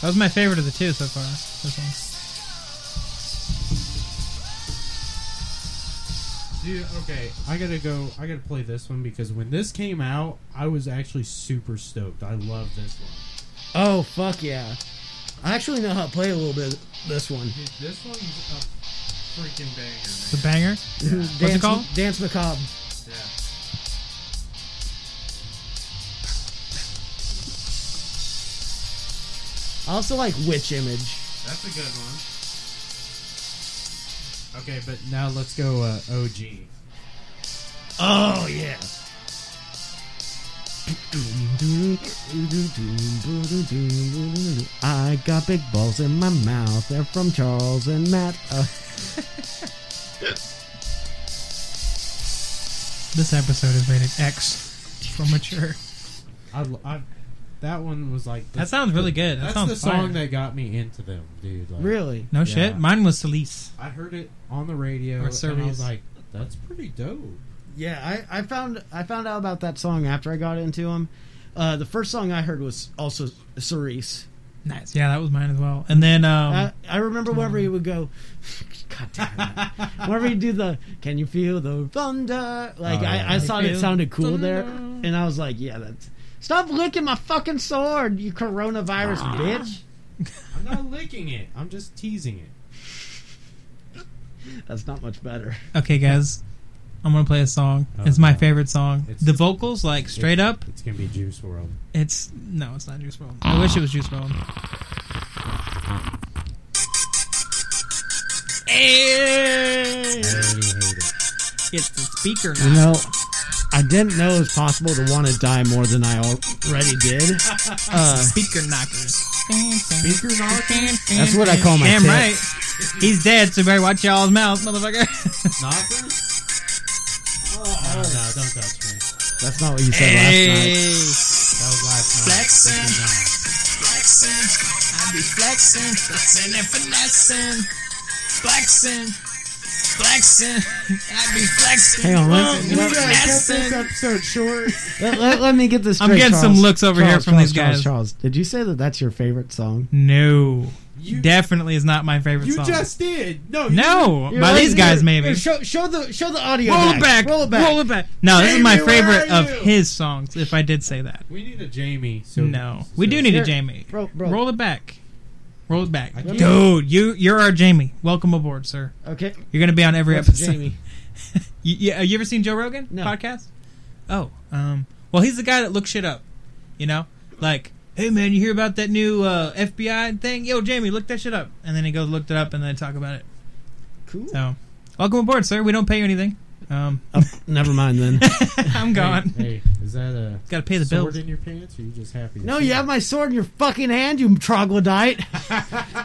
Speaker 6: That was my favorite of the two so far. This one.
Speaker 9: Dude, okay, I gotta go. I gotta play this one because when this came out, I was actually super stoked. I love this one.
Speaker 7: Oh fuck yeah! I actually know how to play a little bit of this one.
Speaker 9: Dude, this one's a freaking banger,
Speaker 6: The banger.
Speaker 7: Dance,
Speaker 6: What's it called?
Speaker 7: Dance Macabre.
Speaker 9: man. Yeah.
Speaker 7: I also like Witch Image.
Speaker 9: That's a good one. Okay, but now let's go uh, OG.
Speaker 7: Oh yeah. I got big balls in my mouth. They're from Charles and Matt. Uh,
Speaker 6: This episode is rated X for mature.
Speaker 9: I, lo- I that one was like the,
Speaker 6: That sounds really good. That
Speaker 9: that's
Speaker 6: sounds
Speaker 9: the
Speaker 6: fire.
Speaker 9: song that got me into them, dude. Like,
Speaker 7: really?
Speaker 6: No shit.
Speaker 9: Yeah.
Speaker 6: Mine was Celise.
Speaker 9: I heard it on the radio,
Speaker 6: Or
Speaker 9: and I
Speaker 6: Cerberus.
Speaker 9: was like, "That's pretty dope."
Speaker 7: Yeah, I, I found I found out about that song after I got into them. Uh, the first song I heard was also Cerise.
Speaker 6: Nice. Yeah, that was mine as well. And then um,
Speaker 7: I, I remember whenever he would go, (laughs) God damn it. whenever he'd do the, can you feel the thunder? Like,
Speaker 9: Oh, yeah.
Speaker 7: I, I thought it
Speaker 6: feel
Speaker 7: sounded cool there.
Speaker 6: thunder.
Speaker 7: And I was like, yeah, that's. Stop licking my fucking sword, you coronavirus bitch.
Speaker 9: I'm not (laughs) licking it. I'm just teasing it.
Speaker 7: That's not much better.
Speaker 6: okay, guys, I'm gonna play a song.
Speaker 9: Oh,
Speaker 6: it's my
Speaker 9: no.
Speaker 6: favorite song.
Speaker 9: It's-
Speaker 6: the vocals, like straight
Speaker 9: It-
Speaker 6: up,
Speaker 9: It's gonna be Juice World.
Speaker 6: it's no, it's not Juice WRLD. I wish it was Juice WRLD.
Speaker 9: I
Speaker 6: Hey!
Speaker 9: already hate it.
Speaker 6: It's the speaker.
Speaker 7: You
Speaker 6: now.
Speaker 7: know, I didn't know it was possible to want to die more than I already did. (laughs) Uh,
Speaker 6: Speaker knockers. Speaker knockers.
Speaker 7: That's what I call my
Speaker 6: Damn
Speaker 7: tits.
Speaker 6: right. He's dead, so better watch y'all's mouths, (laughs) motherfucker.
Speaker 9: Knockers? Oh, no, don't touch me.
Speaker 7: that's not what you said last night.
Speaker 6: hey.
Speaker 9: That was last night.
Speaker 6: Flexing. I be flexing, flexing and finessing. Flexing, flexing. I be flexing.
Speaker 7: Hang on, let, let,
Speaker 9: episode short.
Speaker 7: let, let- let me get this
Speaker 6: I'm
Speaker 7: straight,
Speaker 6: getting some
Speaker 7: Charles.
Speaker 6: looks over here
Speaker 7: Charles,
Speaker 6: from
Speaker 7: Charles,
Speaker 6: these
Speaker 7: Charles,
Speaker 6: guys.
Speaker 7: Charles, did you say that that's your favorite song?
Speaker 6: No,
Speaker 9: You,
Speaker 6: definitely is not my favorite
Speaker 9: you
Speaker 6: song.
Speaker 9: just did. No, you-
Speaker 6: no, by
Speaker 7: You're-
Speaker 6: these guys
Speaker 7: you're-
Speaker 6: maybe.
Speaker 7: you're- Show, show the show the audio.
Speaker 6: Roll it back.
Speaker 7: Roll it back.
Speaker 6: No, this is my
Speaker 9: Jamie, where
Speaker 6: favorite
Speaker 9: are
Speaker 6: of
Speaker 9: you?
Speaker 6: his songs. If I did say that.
Speaker 9: We need a Jamie. So
Speaker 6: No, we do need a Jamie.
Speaker 7: Bro, bro.
Speaker 6: Roll it back. Roll it back,
Speaker 9: can't-
Speaker 6: dude. You you're our Jamie. Welcome aboard, sir.
Speaker 7: Okay.
Speaker 6: You're gonna be on every
Speaker 7: What's
Speaker 6: episode.
Speaker 7: Jamie?
Speaker 6: (laughs) You, yeah, you ever seen Joe Rogan
Speaker 7: No.
Speaker 6: podcast? Oh, um, well, he's the guy that looks shit up. You know, like, hey man, you hear about that new uh, FBI thing? Yo, Jamie, look that shit up. And then he goes looked it up, and then they talk about it.
Speaker 7: Cool.
Speaker 6: So, welcome aboard, sir. We don't pay you anything. Um, (laughs)
Speaker 7: Oh, never mind then.
Speaker 6: I'm gone.
Speaker 9: Hey, is that a
Speaker 6: Gotta pay the
Speaker 9: sword
Speaker 6: bills.
Speaker 9: in your pants, or you just happy? to
Speaker 7: no,
Speaker 9: see
Speaker 7: you
Speaker 9: it?
Speaker 7: have my sword in your fucking hand, you
Speaker 6: (laughs)
Speaker 7: troglodyte.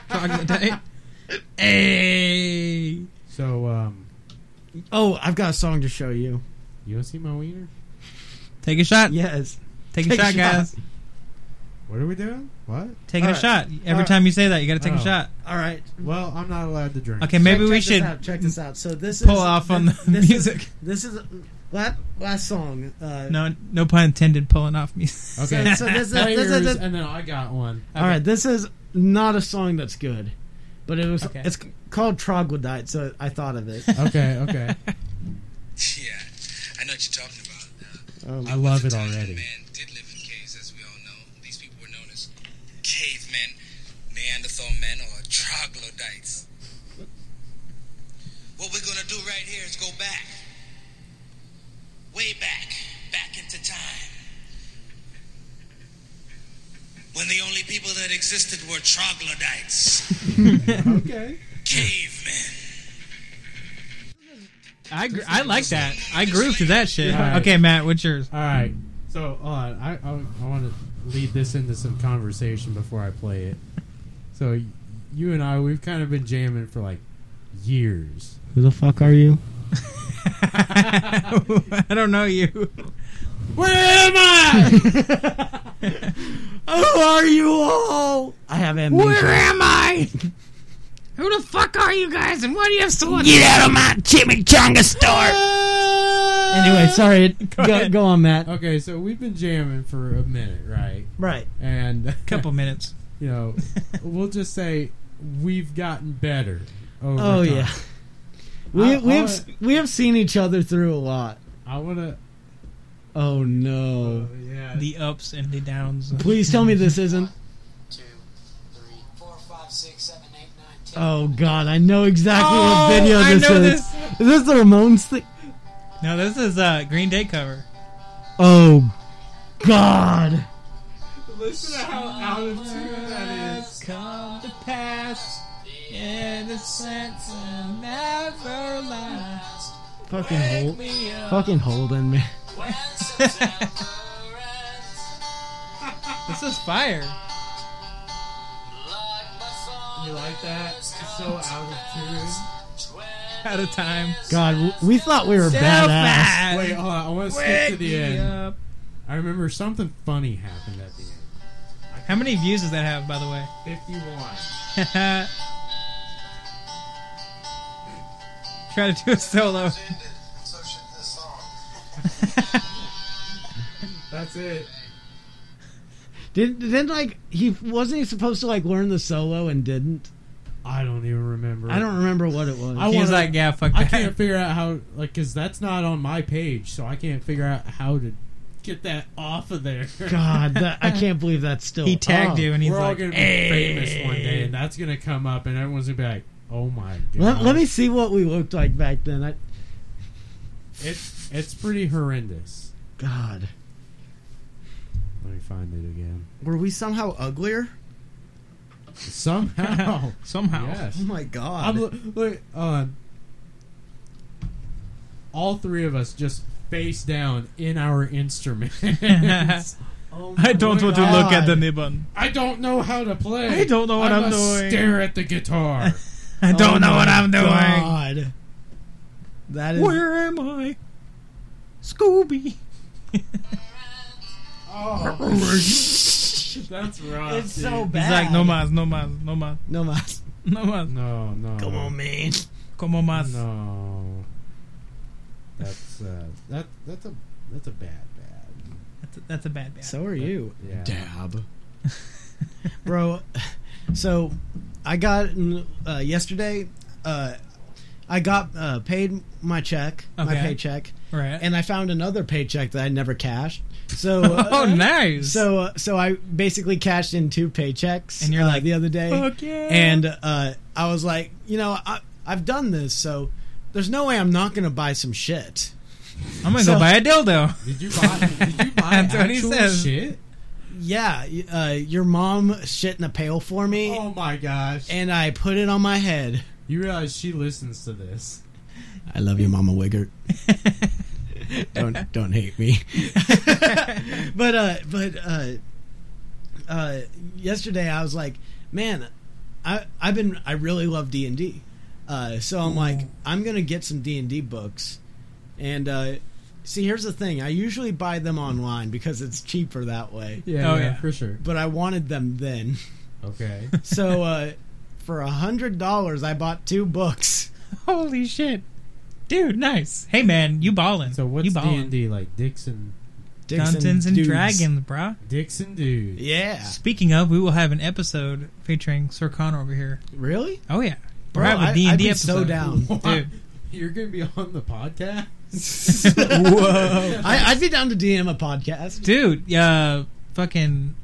Speaker 6: Troglodyte. hey.
Speaker 9: So, um,
Speaker 7: Oh, I've got a song to show you.
Speaker 9: you want to see my wiener?
Speaker 6: Take a shot.
Speaker 7: Yes.
Speaker 6: Take,
Speaker 7: Take
Speaker 6: a
Speaker 7: a
Speaker 6: shot,
Speaker 7: shot.
Speaker 6: guys.
Speaker 9: What are we doing? What?
Speaker 6: Taking a
Speaker 7: Alright.
Speaker 6: shot. Every
Speaker 7: Alright.
Speaker 6: time you say that, you got to take a
Speaker 9: Oh.
Speaker 6: shot.
Speaker 7: All right.
Speaker 9: Well, I'm not allowed to drink.
Speaker 6: Okay, maybe
Speaker 7: Check-
Speaker 6: we
Speaker 7: check
Speaker 6: should
Speaker 7: this out. check this out. So this
Speaker 6: pull
Speaker 7: is,
Speaker 6: off on the
Speaker 7: this is-
Speaker 6: music.
Speaker 7: this is last last song. Uh,
Speaker 6: No, no pun intended. Pulling off music. (laughs)
Speaker 9: Okay.
Speaker 7: So this is,
Speaker 9: Play
Speaker 7: this
Speaker 9: yours,
Speaker 7: is
Speaker 9: and then I got one.
Speaker 7: all right. This is not a song that's good, but it was.
Speaker 6: Okay.
Speaker 7: It's called Troglodyte, so I thought of it.
Speaker 9: Okay, okay.
Speaker 3: Yeah, I know what you're talking about.
Speaker 9: I love it already.
Speaker 3: (laughs) Man did live in caves, as we all know. These people were known as cavemen, Neanderthal men, or troglodytes. What we're gonna do right here is go back, way back, back into time, when the only people that existed were troglodytes,
Speaker 9: (laughs) Okay.
Speaker 3: cavemen.
Speaker 6: I gr- I like that. I groove to that shit.
Speaker 9: Alright.
Speaker 6: Okay, Matt, what's (laughs) yours?
Speaker 9: All right. So, hold on. I, I, I want to lead this into some conversation before I play it. So, y- you and I, we've kind of been jamming for like years.
Speaker 7: Who the fuck are you?
Speaker 6: I don't know you.
Speaker 9: Where am I?
Speaker 7: Who are you all? I have amnesia. Where am I?
Speaker 6: Who the fuck are you guys, and why do you have swords?
Speaker 10: Get out of my chimichanga store!
Speaker 7: Anyway, sorry. Uh, Go, go,
Speaker 6: ahead.
Speaker 7: on, Matt.
Speaker 9: okay, so we've been jamming for a minute, right?
Speaker 7: Right.
Speaker 9: And
Speaker 6: (laughs) Couple minutes.
Speaker 9: you
Speaker 7: (laughs)
Speaker 9: know, we'll just say we've gotten better. Over
Speaker 7: Oh
Speaker 9: time.
Speaker 7: yeah. We
Speaker 9: I-
Speaker 7: we
Speaker 9: I
Speaker 7: have s- we have seen each other through a lot.
Speaker 9: I want to.
Speaker 7: Oh no!
Speaker 9: yeah.
Speaker 6: The ups and the downs.
Speaker 7: Please tell me this isn't. Oh god, I know exactly what
Speaker 6: Oh,
Speaker 7: video
Speaker 6: I
Speaker 7: this
Speaker 6: know
Speaker 7: is.
Speaker 6: this.
Speaker 7: Is this the Ramones thing?
Speaker 6: No, this is uh, Green Day cover.
Speaker 7: Oh god!
Speaker 9: Listen to how out of tune that is.
Speaker 6: come to pass in the sense of never last.
Speaker 7: Fucking hold, fucking Holden, man.
Speaker 6: This is fire.
Speaker 9: You like that? It's so out of
Speaker 6: Out of time.
Speaker 7: God, w- we thought we were badass.
Speaker 9: tune. Wait, hold on. I want to skip to the end.
Speaker 7: uh,
Speaker 9: I remember something funny happened at the end.
Speaker 6: How many views does that have, by the way?
Speaker 9: 51.
Speaker 6: (laughs) Try to do a solo.
Speaker 3: So should this song.
Speaker 9: That's it.
Speaker 7: Did then like he wasn't he supposed to like learn the solo and didn't?
Speaker 9: I don't even remember.
Speaker 7: I don't remember what it was.
Speaker 9: I
Speaker 6: He was
Speaker 9: wanna-
Speaker 6: like, yeah, fuck
Speaker 9: I
Speaker 6: that.
Speaker 9: can't figure out how, like, because that's not on my page, so I can't figure out how to get that off of there.
Speaker 7: God, that, I can't believe that's still.
Speaker 6: (laughs) He tagged
Speaker 7: up.
Speaker 6: you and he's
Speaker 9: Oh, We're all
Speaker 6: like,
Speaker 9: gonna be
Speaker 6: "Hey."
Speaker 9: famous one day, and that's gonna come up, and everyone's gonna be like, "Oh my god!"
Speaker 7: Let, let me see what we looked like back then. I,
Speaker 9: It's it's pretty horrendous.
Speaker 7: God,
Speaker 9: Let me find it again.
Speaker 11: Were we somehow uglier?
Speaker 9: (laughs) Somehow,
Speaker 6: Somehow.
Speaker 9: yes.
Speaker 11: Oh my god.
Speaker 9: I'm, look, look, uh, all three of us just face down in our instruments.
Speaker 6: (laughs) I don't want
Speaker 9: Oh
Speaker 6: to look at the ribbon.
Speaker 9: I don't know how to play.
Speaker 6: I don't know what
Speaker 9: I
Speaker 6: I'm
Speaker 9: must
Speaker 6: doing.
Speaker 9: Stare at the guitar. Oh
Speaker 6: I don't know what I'm doing.
Speaker 7: Oh God, that is.
Speaker 6: Where am I? Scooby.
Speaker 9: That's rough.
Speaker 7: It's so
Speaker 6: He's
Speaker 7: bad.
Speaker 6: like, no mas, no mas, no mas,
Speaker 7: No (laughs) mas.
Speaker 6: no mas.
Speaker 9: no, no.
Speaker 11: Come on, man.
Speaker 6: Como mas.
Speaker 9: No. That's uh, that that's a that's a bad bad.
Speaker 6: That's, a, that's a bad bad.
Speaker 7: So are you,
Speaker 9: Yeah.
Speaker 11: Dab.
Speaker 7: (laughs) bro? So, I got uh, yesterday. Uh, I got uh, paid my check, my
Speaker 6: Okay.
Speaker 7: paycheck,
Speaker 6: right.
Speaker 7: and I found another paycheck that I never cashed. So, uh,
Speaker 6: (laughs)
Speaker 9: (laughs)
Speaker 6: oh, nice.
Speaker 7: so uh, so I basically cashed in two paychecks.
Speaker 6: And you're
Speaker 7: uh,
Speaker 6: like,
Speaker 7: the other day,
Speaker 6: fuck yeah.
Speaker 7: and uh, I was like, you know, I, I've done this, so there's no way I'm not gonna buy some shit.
Speaker 6: I'm gonna
Speaker 7: so-
Speaker 6: go buy a dildo.
Speaker 9: (laughs) Did you buy? Did you (laughs) buy
Speaker 6: That's what he
Speaker 9: actual
Speaker 6: says.
Speaker 9: shit?
Speaker 7: Yeah, y- uh, your mom shit in a pail for me,
Speaker 9: Oh my gosh!
Speaker 7: and I put it on my head.
Speaker 9: You realize she listens to this.
Speaker 7: I love you, Mama (laughs) Wiggert. don't don't hate me. (laughs) but uh, but uh, uh, yesterday I was like, man, I I've been I really love D and D, uh, so I'm like I'm gonna get some D and D books, and uh, see here's the thing I usually buy them online because it's cheaper that way,
Speaker 9: Yeah.
Speaker 6: Oh, yeah.
Speaker 9: for sure.
Speaker 7: but I wanted them then, (laughs)
Speaker 9: Okay.
Speaker 7: so uh, for a hundred dollars I bought two books.
Speaker 6: Holy shit, dude, nice. Hey man, you
Speaker 9: (laughs)
Speaker 6: ballin'.
Speaker 9: So what's
Speaker 6: you
Speaker 9: D
Speaker 6: ballin'.
Speaker 9: and D like? Dixon,
Speaker 7: Dicks
Speaker 6: Dungeons and
Speaker 7: dudes.
Speaker 6: Dragons, bruh.
Speaker 9: Dixon dude.
Speaker 7: Yeah,
Speaker 6: Speaking of, we will have an episode featuring Sir Connor over here.
Speaker 7: really?
Speaker 6: Oh yeah,
Speaker 7: Bro,
Speaker 6: we're having
Speaker 7: I-
Speaker 6: a D
Speaker 7: I'd
Speaker 6: and
Speaker 7: be
Speaker 6: D
Speaker 7: so
Speaker 6: episode.
Speaker 7: down.
Speaker 6: dude.
Speaker 9: You're gonna be on the podcast.
Speaker 7: (laughs) Whoa. I, I'd be down to DM a podcast.
Speaker 6: dude yeah fucking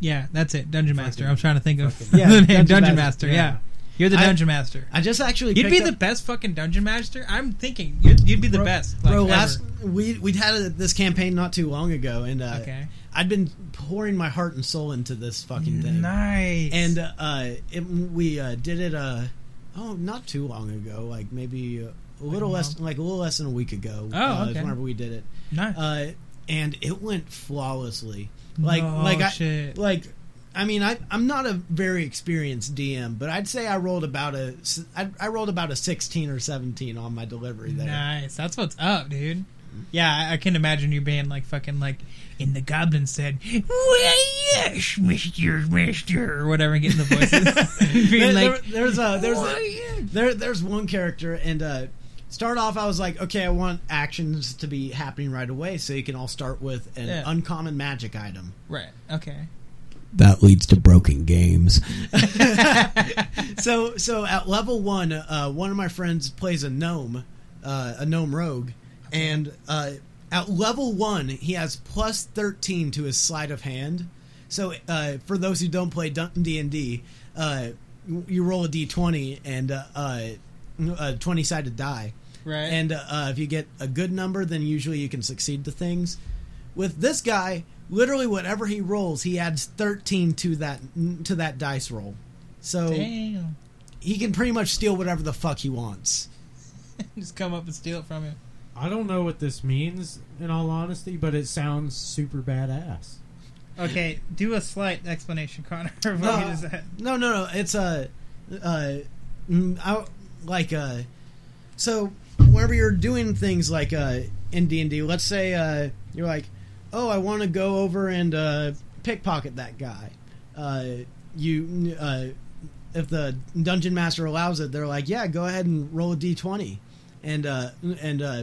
Speaker 6: yeah that's it dungeon master i'm trying to think of (laughs)
Speaker 7: Yeah,
Speaker 6: the name
Speaker 7: Dungeon
Speaker 6: dungeon,
Speaker 7: Master,
Speaker 6: master,
Speaker 7: yeah.
Speaker 6: yeah. you're the
Speaker 7: I-
Speaker 6: dungeon master
Speaker 7: I just actually
Speaker 6: you'd
Speaker 7: picked
Speaker 6: be the
Speaker 7: up-
Speaker 6: best fucking dungeon master i'm thinking you'd, you'd be the
Speaker 7: bro,
Speaker 6: best like,
Speaker 7: bro.
Speaker 6: ever.
Speaker 7: Last we we'd had a, this campaign not too long ago, and uh,
Speaker 6: okay
Speaker 7: I'd been pouring my heart and soul into this fucking thing,
Speaker 6: nice
Speaker 7: and uh, it, we uh, did it. Uh, oh, not too long ago, like maybe a little
Speaker 6: a
Speaker 7: less,
Speaker 6: month?
Speaker 7: like a little less than a week ago.
Speaker 6: Oh,
Speaker 7: uh, is
Speaker 6: okay.
Speaker 7: Whenever we did it,
Speaker 6: nice
Speaker 7: uh, and it went flawlessly. Like
Speaker 6: No
Speaker 7: like I
Speaker 6: shit.
Speaker 7: like I mean I I'm not a very experienced DM, but I'd say I rolled about a s- I, I rolled about a 16 or 17 on my delivery there.
Speaker 6: nice that's what's up dude yeah I, I can imagine you being like fucking like in the goblin said
Speaker 12: Well, yes, Mr. Mister.
Speaker 6: or whatever and getting
Speaker 7: (laughs)
Speaker 6: the voices
Speaker 7: There,
Speaker 6: (laughs) (laughs) being
Speaker 7: there-
Speaker 6: like
Speaker 7: there's a there's
Speaker 12: Well,
Speaker 7: a,
Speaker 12: yes.
Speaker 7: there there's one character and uh start off I was like okay I want actions to be happening right away so you can all start with an
Speaker 6: Yeah.
Speaker 7: uncommon magic item.
Speaker 6: right okay
Speaker 7: that leads to broken games. (laughs) so so at level one, uh, one of my friends plays a gnome, uh, a gnome rogue, and uh, at level one he has plus thirteen to his sleight of hand. So uh, for those who don't play D and D, uh, you roll a d twenty and uh, uh, a twenty sided die.
Speaker 6: Right.
Speaker 7: And uh, if you get a good number, then usually you can succeed to things. With this guy, literally whatever he rolls, he adds 13 to that to that dice roll. So
Speaker 6: damn
Speaker 7: he can pretty much steal whatever the fuck he wants.
Speaker 6: just come up and steal it from him
Speaker 9: I don't know what this means, in all honesty, but it sounds super badass.
Speaker 6: Okay, do a slight explanation, Connor. Of what
Speaker 7: No.
Speaker 6: he just said.
Speaker 7: No, no, no. It's a, uh, mm, I, like uh so whenever you're doing things like uh, in D and D, let's say uh, you're like, oh, I want to go over and uh, pickpocket that guy. Uh, you, uh, if the dungeon master allows it, they're like, yeah, go ahead and roll a D twenty, and uh, and uh,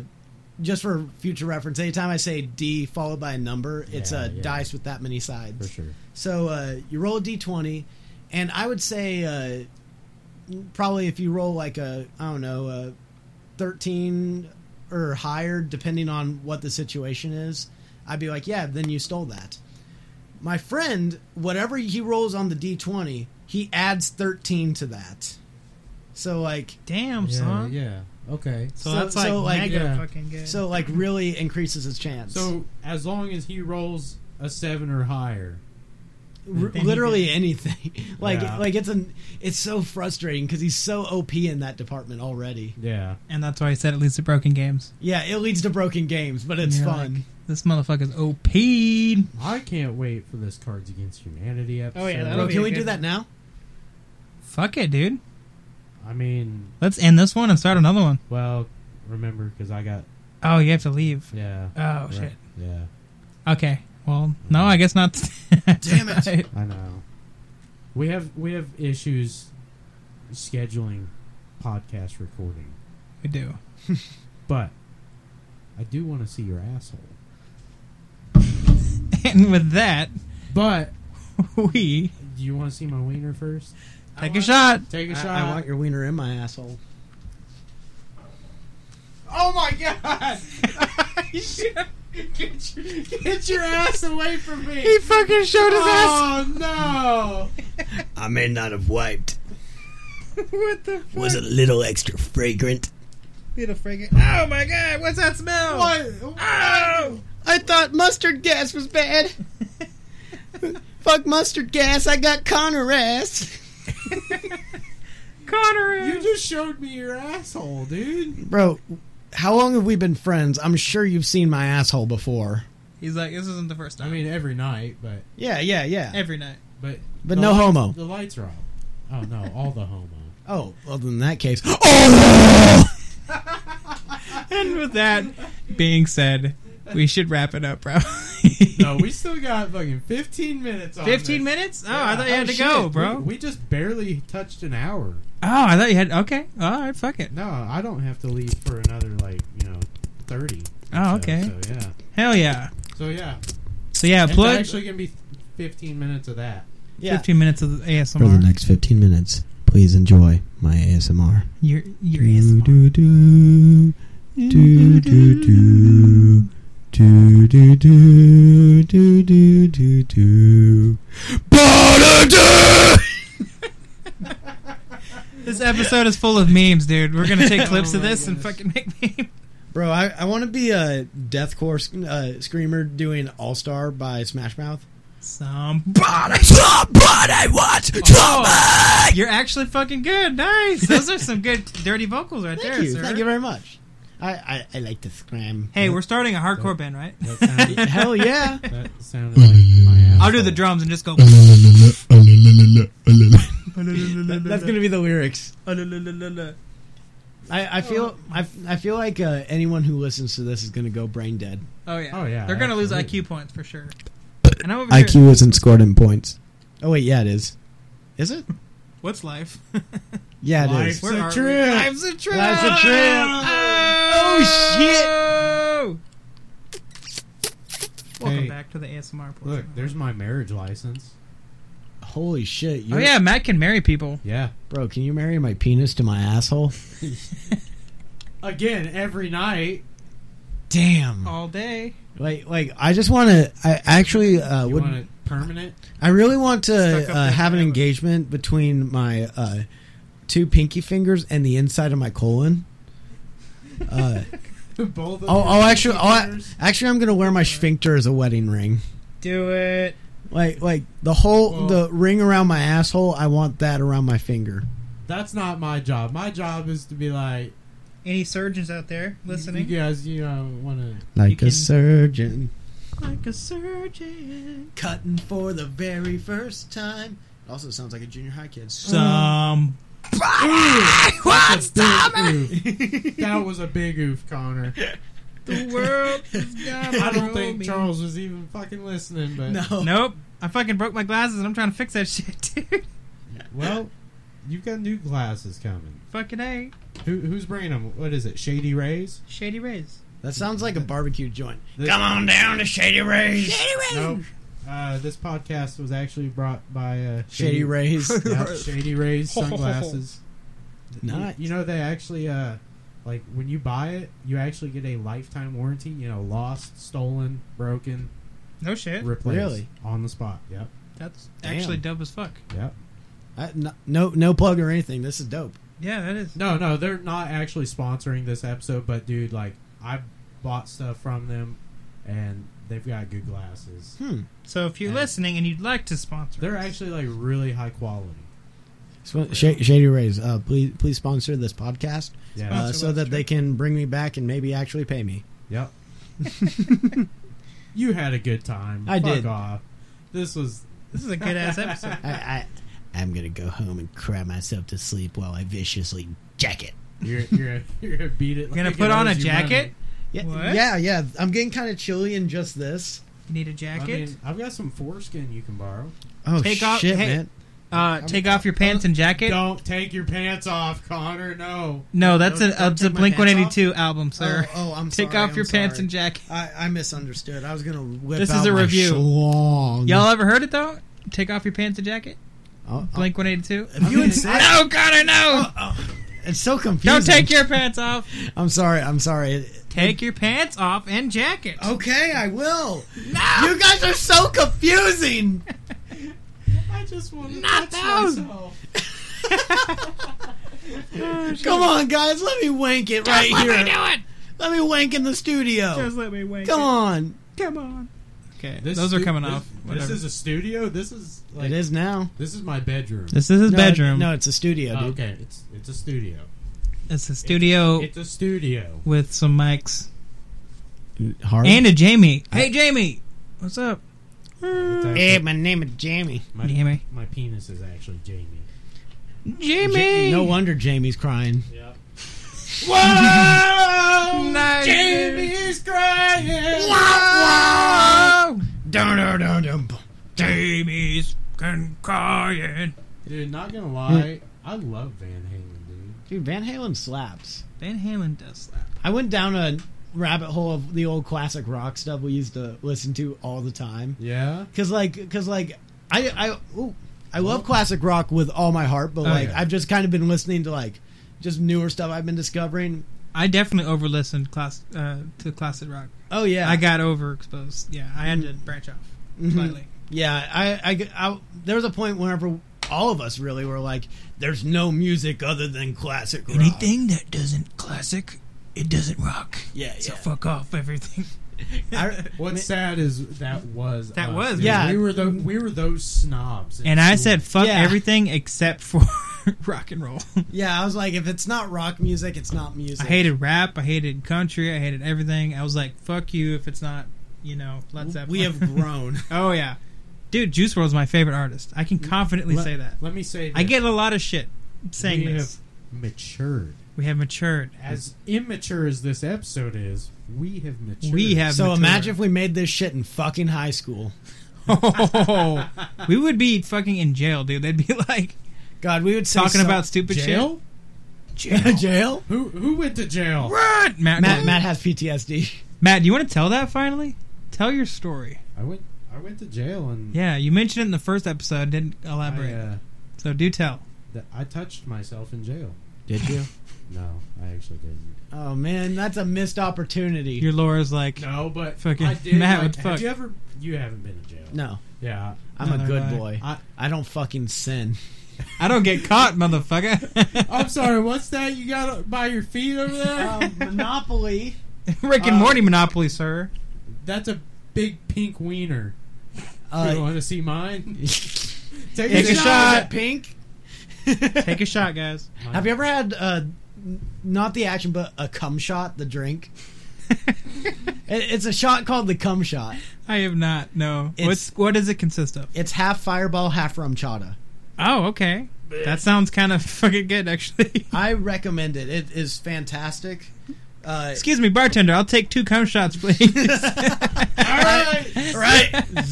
Speaker 7: just for future reference, anytime I say D followed by a number, it's
Speaker 9: Yeah,
Speaker 7: a
Speaker 9: yeah.
Speaker 7: dice with that many sides.
Speaker 9: for sure.
Speaker 7: So uh, you roll a d20, and I would say uh, probably if you roll like a I don't know a 13 or higher, depending on what the situation is, I'd be like, yeah, then you stole that. My friend, whatever he rolls on the d20, he adds 13 to that. So like,
Speaker 6: Damn,
Speaker 9: Yeah,
Speaker 6: son.
Speaker 9: yeah. Okay.
Speaker 6: So,
Speaker 7: So-
Speaker 6: that's like,
Speaker 7: so, like,
Speaker 6: mega
Speaker 9: yeah.
Speaker 6: fucking good.
Speaker 7: so like really increases his chance.
Speaker 9: So as long as he rolls a seven or higher,
Speaker 7: R-
Speaker 6: Then he
Speaker 7: literally anything. (laughs) like
Speaker 9: Yeah.
Speaker 7: like it's an it's so frustrating because he's so OP in that department already.
Speaker 9: yeah,
Speaker 6: and that's why I said it leads to broken games.
Speaker 7: Yeah, it leads to broken games, but
Speaker 6: And
Speaker 7: it's
Speaker 6: you're
Speaker 7: fun.
Speaker 6: like, this motherfucker's OP'd.
Speaker 9: I can't wait for this Cards Against Humanity episode.
Speaker 6: Oh, yeah, that'll
Speaker 7: Bro,
Speaker 6: be
Speaker 7: can
Speaker 6: a
Speaker 7: we
Speaker 6: good
Speaker 7: do that
Speaker 6: one.
Speaker 7: now?
Speaker 6: Fuck it, dude.
Speaker 9: I mean,
Speaker 6: Let's end this one and start another one.
Speaker 9: well, remember because I got
Speaker 6: Oh, you have to leave.
Speaker 9: yeah.
Speaker 6: Oh,
Speaker 9: right,
Speaker 6: shit.
Speaker 9: Yeah,
Speaker 6: Okay. Well, no, I guess not.
Speaker 7: Damn it.
Speaker 6: Right.
Speaker 9: I know. We have we have issues scheduling podcast recording,
Speaker 6: (laughs) We do.
Speaker 9: but I do want to see your asshole.
Speaker 6: And with that,
Speaker 9: But
Speaker 6: we
Speaker 9: do you want to see my wiener first?
Speaker 6: take a shot.
Speaker 9: Take a shot.
Speaker 7: I, I want your wiener in my asshole.
Speaker 9: Oh my god! get, your, get your ass away from me! He
Speaker 6: fucking showed his
Speaker 9: Oh no!
Speaker 7: I may not have wiped.
Speaker 6: (laughs) What the
Speaker 7: Was a little extra fragrant.
Speaker 6: little friggin'? Oh my god, what's that smell?
Speaker 7: Oh! I thought mustard gas was
Speaker 6: (laughs)
Speaker 7: bad. Fuck mustard gas, I got Connor ass.
Speaker 6: Connor is.
Speaker 9: You just showed me your asshole, dude.
Speaker 7: Bro, how long have we been friends? I'm sure you've seen my asshole before.
Speaker 6: He's like, this isn't the first
Speaker 9: I
Speaker 6: time.
Speaker 9: mean, every night, but
Speaker 7: Yeah, yeah, yeah.
Speaker 6: every night.
Speaker 9: but
Speaker 7: But
Speaker 9: the
Speaker 7: no
Speaker 9: lights-
Speaker 7: homo.
Speaker 9: The lights are off. Oh no, all the homo.
Speaker 7: Oh, well, then in that case. (gasps) Oh!
Speaker 6: And with that being said, we should wrap it up, bro. (laughs)
Speaker 9: No, we still got fucking fifteen minutes. on this.
Speaker 6: 15 minutes? Oh, I thought you
Speaker 9: Oh,
Speaker 6: had to
Speaker 9: shit.
Speaker 6: go, bro.
Speaker 9: We, we just barely touched an hour.
Speaker 6: oh, I thought you had. Okay. All right, fuck it.
Speaker 9: No, I don't have to leave for another like you know thirty.
Speaker 6: Oh,
Speaker 9: So-
Speaker 6: okay.
Speaker 9: So yeah.
Speaker 6: Hell yeah.
Speaker 9: So yeah.
Speaker 6: So yeah,
Speaker 9: It's
Speaker 6: plug
Speaker 9: actually gonna be fifteen minutes of that.
Speaker 7: Yeah.
Speaker 6: 15 minutes of the
Speaker 7: For the
Speaker 6: ASMR.
Speaker 7: next 15 minutes, please enjoy my ASMR.
Speaker 6: Your, your
Speaker 7: Do,
Speaker 6: ASMR.
Speaker 7: do, do. Do, do, do. Do, do, do. Do, do, do, do. Ba-da-da!
Speaker 6: This episode is full of memes, dude. We're
Speaker 7: (laughs)
Speaker 6: gonna
Speaker 7: Oh
Speaker 6: take clips of
Speaker 9: my
Speaker 6: this and
Speaker 9: goodness.
Speaker 6: fucking make memes.
Speaker 7: Bro, I, I want to be a deathcore sc- uh, screamer doing All Star by Smash Mouth.
Speaker 6: Some.
Speaker 13: Somebody, somebody wants
Speaker 7: Oh.
Speaker 13: somebody.
Speaker 6: (laughs) You're actually fucking good. Nice. Those are some good dirty vocals right
Speaker 7: Thank
Speaker 6: there,
Speaker 7: you.
Speaker 6: sir.
Speaker 7: Thank you very much. I, I, I like to scream.
Speaker 6: Hey, we're starting a hardcore band, right?
Speaker 9: That e- sounded,
Speaker 7: (laughs) Hell yeah.
Speaker 9: that sounded like my ass.
Speaker 6: (laughs) I'll do the drums and just
Speaker 9: (laughs)
Speaker 6: go. (laughs)
Speaker 7: That- that's going to be the lyrics. I, I feel I, I feel like uh, anyone who listens to this is going to go brain dead.
Speaker 6: Oh yeah.
Speaker 9: Oh, yeah,
Speaker 6: They're gonna lose
Speaker 9: absolutely.
Speaker 6: IQ points for sure. And I'm over here.
Speaker 7: IQ isn't scored in points. Oh wait, yeah, it is. Is it?
Speaker 6: What's life? (laughs)
Speaker 7: Yeah, it
Speaker 9: Life's
Speaker 7: is.
Speaker 6: Where
Speaker 9: a
Speaker 6: are
Speaker 9: trip.
Speaker 6: we? Life's a trip.
Speaker 7: Life's a trip.
Speaker 6: Oh, shit. Welcome
Speaker 9: Hey.
Speaker 6: back to the ASMR. Portion.
Speaker 9: Look, there's my marriage license.
Speaker 7: Holy shit!
Speaker 6: Oh
Speaker 7: You're,
Speaker 6: yeah, Matt can marry people.
Speaker 9: Yeah.
Speaker 7: bro, can you marry my penis to my asshole?
Speaker 9: Again, every night.
Speaker 7: Damn.
Speaker 9: Oh.
Speaker 6: all day.
Speaker 7: Like, like I just want to. I actually uh,
Speaker 9: You
Speaker 7: would.
Speaker 9: want it permanent?
Speaker 7: I really want to
Speaker 6: Stuck up
Speaker 7: uh,
Speaker 6: that
Speaker 7: have an
Speaker 6: dialogue.
Speaker 7: engagement between my uh, two pinky fingers and the inside of my colon. Uh,
Speaker 9: (laughs) Both of
Speaker 7: I'll, I'll actually, I'll,
Speaker 9: fingers?
Speaker 7: actually, I'm gonna wear my sphincter as a wedding ring.
Speaker 6: Do it.
Speaker 7: Like like the whole
Speaker 9: Well-
Speaker 7: the ring around my asshole, I want that around my finger.
Speaker 9: That's not my job. My job is to be like,
Speaker 6: Any surgeons out there listening?
Speaker 9: you guys, you know, want to.
Speaker 7: Like
Speaker 6: can-
Speaker 7: a surgeon.
Speaker 6: Like a surgeon.
Speaker 7: Cutting for the very first time. It also sounds like a junior high kid.
Speaker 6: Some.
Speaker 13: What's
Speaker 7: (laughs)
Speaker 9: that was a big oof, Connor.
Speaker 6: The world is gonna
Speaker 9: I
Speaker 6: roll
Speaker 9: don't think
Speaker 6: me.
Speaker 9: Charles was even fucking listening, but.
Speaker 7: No.
Speaker 6: Nope. I fucking broke my glasses and I'm trying to fix that (laughs) shit, dude.
Speaker 9: Well, you've got new glasses coming.
Speaker 6: fucking A.
Speaker 9: Who, who's bringing them? What is it? Shady Rays?
Speaker 6: Shady Rays.
Speaker 7: That sounds like a barbecue joint.
Speaker 9: This-
Speaker 7: Come on down to Shady Rays. Shady Rays.
Speaker 9: Nope. Uh, this podcast was actually brought by uh,
Speaker 7: Shady Rays.
Speaker 9: (laughs) Yep, Shady
Speaker 7: (laughs)
Speaker 9: Rays sunglasses.
Speaker 7: Nice.
Speaker 9: You know they actually uh, like when you buy it, you actually get a lifetime warranty. You know, lost, stolen, broken,
Speaker 6: No shit.
Speaker 9: replaced
Speaker 7: Really?
Speaker 9: on the spot. Yep,
Speaker 6: That's
Speaker 7: Damn.
Speaker 6: actually dope as fuck.
Speaker 9: yep.
Speaker 7: I, no, no, no plug or anything. This is dope.
Speaker 6: Yeah, that is.
Speaker 9: No, no, they're not actually sponsoring this episode, but dude, like I bought stuff from them, and they've got good glasses.
Speaker 6: Hmm. So if you're
Speaker 9: Yeah.
Speaker 6: listening and you'd like to sponsor,
Speaker 9: They're
Speaker 6: us-
Speaker 9: actually like really high quality.
Speaker 7: Sw- Sh- Shady Rays, uh, please, please sponsor this podcast
Speaker 9: Yeah.
Speaker 7: uh, so that they can bring me back and maybe actually pay me.
Speaker 9: Yep.
Speaker 6: (laughs)
Speaker 9: you had a good time.
Speaker 7: I
Speaker 9: Fuck
Speaker 7: did.
Speaker 9: Off. This was
Speaker 6: this is a good ass episode.
Speaker 7: I, I, I'm gonna go home and cry myself to sleep while I viciously jack it.
Speaker 9: you're you're you're gonna beat it.
Speaker 6: You're (laughs) gonna
Speaker 9: like
Speaker 6: put
Speaker 9: it
Speaker 6: on a
Speaker 9: owes you
Speaker 6: jacket.
Speaker 9: money.
Speaker 7: Yeah,
Speaker 6: What?
Speaker 7: yeah, yeah. I'm getting kind of chilly in just this.
Speaker 6: You need a
Speaker 9: I
Speaker 6: jacket.
Speaker 9: mean, I've got some foreskin you can borrow.
Speaker 7: Oh
Speaker 6: Take
Speaker 7: shit,
Speaker 6: off- hey,
Speaker 7: man!
Speaker 6: uh, take off your pants and jacket.
Speaker 9: Don't take your pants off, Connor. No.
Speaker 6: No, that's
Speaker 7: Don't-
Speaker 6: a,
Speaker 7: don't
Speaker 6: that's a
Speaker 7: take my
Speaker 6: Blink
Speaker 7: pants off?
Speaker 6: 182 album, sir.
Speaker 7: Oh, oh, I'm
Speaker 6: Take
Speaker 7: sorry,
Speaker 6: off your
Speaker 7: I'm
Speaker 6: pants
Speaker 7: sorry.
Speaker 6: and jacket.
Speaker 7: I, I misunderstood. I was gonna whip
Speaker 6: This is
Speaker 7: out
Speaker 6: a
Speaker 7: my
Speaker 6: review.
Speaker 7: schlong.
Speaker 6: Y'all ever heard it though? Take off your pants and jacket.
Speaker 7: Oh, oh,
Speaker 6: Blink 182.
Speaker 7: if you
Speaker 6: (laughs)
Speaker 7: Oh, insist,
Speaker 6: No, Connor, no!
Speaker 7: it's so confusing.
Speaker 6: Don't take your pants off.
Speaker 7: I'm sorry. I'm sorry.
Speaker 6: Take your pants off and jacket.
Speaker 7: Okay, I will. No, you guys are so confusing.
Speaker 9: I just want to
Speaker 7: Not those. Come on, guys, let me wank it right here. Oh, Let me wank in the studio.
Speaker 6: Just let me wait.
Speaker 7: Come on.
Speaker 6: Come on. Okay, those are
Speaker 9: stu-
Speaker 6: coming
Speaker 9: this-
Speaker 6: off.
Speaker 9: This
Speaker 6: Whatever.
Speaker 9: is a studio. This is like
Speaker 7: it is now.
Speaker 9: this is my bedroom.
Speaker 6: This is his
Speaker 7: No,
Speaker 6: bedroom.
Speaker 7: No, it's a studio,
Speaker 9: Oh,
Speaker 7: dude.
Speaker 9: okay, it's it's a studio.
Speaker 6: it's a studio
Speaker 9: It's a studio.
Speaker 6: with some mics
Speaker 7: Hard.
Speaker 6: and a Jamie. Hey, Jamie, what's up?
Speaker 9: It's actually-
Speaker 7: hey, my name is Jamie.
Speaker 9: my,
Speaker 6: Jamie.
Speaker 9: my penis is actually Jamie.
Speaker 6: Jamie.
Speaker 7: No wonder Jamie's crying.
Speaker 9: Yep.
Speaker 6: Nice. Jamie.
Speaker 9: He's crying.
Speaker 6: Oh.
Speaker 7: Dun, dun, dun, dun.
Speaker 6: Jamie's can crying.
Speaker 9: Dude, not
Speaker 6: Hmm.
Speaker 9: gonna lie, I love Van Halen, dude.
Speaker 7: Dude, Van Halen slaps.
Speaker 6: Van Halen does slap.
Speaker 7: I went down a rabbit hole of the old classic rock stuff we used to listen to all the time.
Speaker 9: Yeah.
Speaker 7: Cause like, cause like, I I ooh, I love classic rock with all my heart, but like
Speaker 9: yeah.
Speaker 7: I've just kind of been listening to like just newer stuff I've been discovering.
Speaker 6: I definitely over listened class, uh, to classic rock.
Speaker 7: Oh yeah,
Speaker 6: I got overexposed. Yeah, I had to branch off slightly.
Speaker 7: yeah. I, I I there was a point whenever all of us really were like, there's no music other than classic rock.
Speaker 6: that doesn't classic, it doesn't rock.
Speaker 7: Yeah, yeah.
Speaker 6: fuck off everything.
Speaker 7: I-
Speaker 9: What's sad is that was
Speaker 6: That
Speaker 9: us,
Speaker 6: was-
Speaker 9: dude.
Speaker 7: Yeah.
Speaker 9: We were the we were those snobs. in
Speaker 6: And I
Speaker 9: school.
Speaker 6: said fuck
Speaker 7: Yeah.
Speaker 6: everything except for (laughs) rock and roll.
Speaker 7: yeah, I was like, if it's not rock music, it's not
Speaker 6: I
Speaker 7: music.
Speaker 6: hated rap. I hated country. I hated everything. I was like, fuck you if it's not, you know, Led Zeppelin.
Speaker 7: We have grown.
Speaker 6: (laughs) oh yeah, dude, Juice WRLD's my favorite artist. I can confidently
Speaker 9: let,
Speaker 6: say that.
Speaker 9: Let me say,
Speaker 6: I
Speaker 9: this.
Speaker 6: get a lot of shit saying
Speaker 9: we
Speaker 6: this.
Speaker 9: have matured.
Speaker 6: we have matured.
Speaker 9: As immature as this episode is, we have matured.
Speaker 6: We have
Speaker 7: so
Speaker 6: matured.
Speaker 7: imagine if we made this shit in fucking high school.
Speaker 6: Oh, (laughs) we would be fucking in jail, dude. They'd be (laughs) like
Speaker 7: God, we would say
Speaker 6: talking
Speaker 7: so-
Speaker 6: about stupid
Speaker 7: (laughs)
Speaker 9: jail.
Speaker 7: jail.
Speaker 6: (laughs)
Speaker 7: jail?
Speaker 9: Who who went to jail?
Speaker 6: shit. Matt, Matt,
Speaker 7: Matt Matt has PTSD.
Speaker 6: Matt, do you want to tell that finally? Tell your story.
Speaker 9: I went. I went to jail and
Speaker 6: Yeah, you mentioned it in the first episode. Didn't
Speaker 9: I,
Speaker 6: elaborate.
Speaker 9: uh,
Speaker 6: so do tell.
Speaker 9: th- I touched myself in jail.
Speaker 7: Did you?
Speaker 9: No, I actually didn't.
Speaker 7: Oh man, that's a missed opportunity.
Speaker 6: Your Laura's like,
Speaker 9: No, but
Speaker 6: Fucking-
Speaker 9: I did.
Speaker 6: Matt,
Speaker 9: like,
Speaker 6: what the
Speaker 9: Have
Speaker 6: fuck?
Speaker 9: you ever? You haven't been to jail.
Speaker 7: no,
Speaker 9: Yeah.
Speaker 7: I'm
Speaker 6: No,
Speaker 7: a good
Speaker 6: no, no.
Speaker 7: boy. I,
Speaker 9: I-
Speaker 7: don't fucking sin.
Speaker 6: I don't get caught, motherfucker. (laughs)
Speaker 9: I'm sorry. What's that you got by your feet over there?
Speaker 6: Um,
Speaker 9: (laughs)
Speaker 7: Monopoly.
Speaker 6: Rick and
Speaker 9: Uh,
Speaker 6: Morty Monopoly, sir.
Speaker 9: That's a big pink wiener. you
Speaker 7: Uh,
Speaker 9: want to see
Speaker 6: (laughs)
Speaker 9: mine? Take,
Speaker 6: Take a shot.
Speaker 7: Pink.
Speaker 6: (laughs) Take a shot, guys.
Speaker 7: Have you ever had uh, n- not the action but a cum shot? The drink. It- it's a shot called the cum shot.
Speaker 6: (laughs) I have not. No.
Speaker 7: It's-
Speaker 6: What's what does it consist of?
Speaker 7: It's half fireball, half rum chata.
Speaker 6: Oh, okay. That sounds kind of (laughs) fucking good, actually.
Speaker 7: I recommend it. It is fantastic. Uh,
Speaker 6: (laughs) Excuse me, bartender. I'll take two cum shots, please.
Speaker 7: right, right.
Speaker 6: (laughs)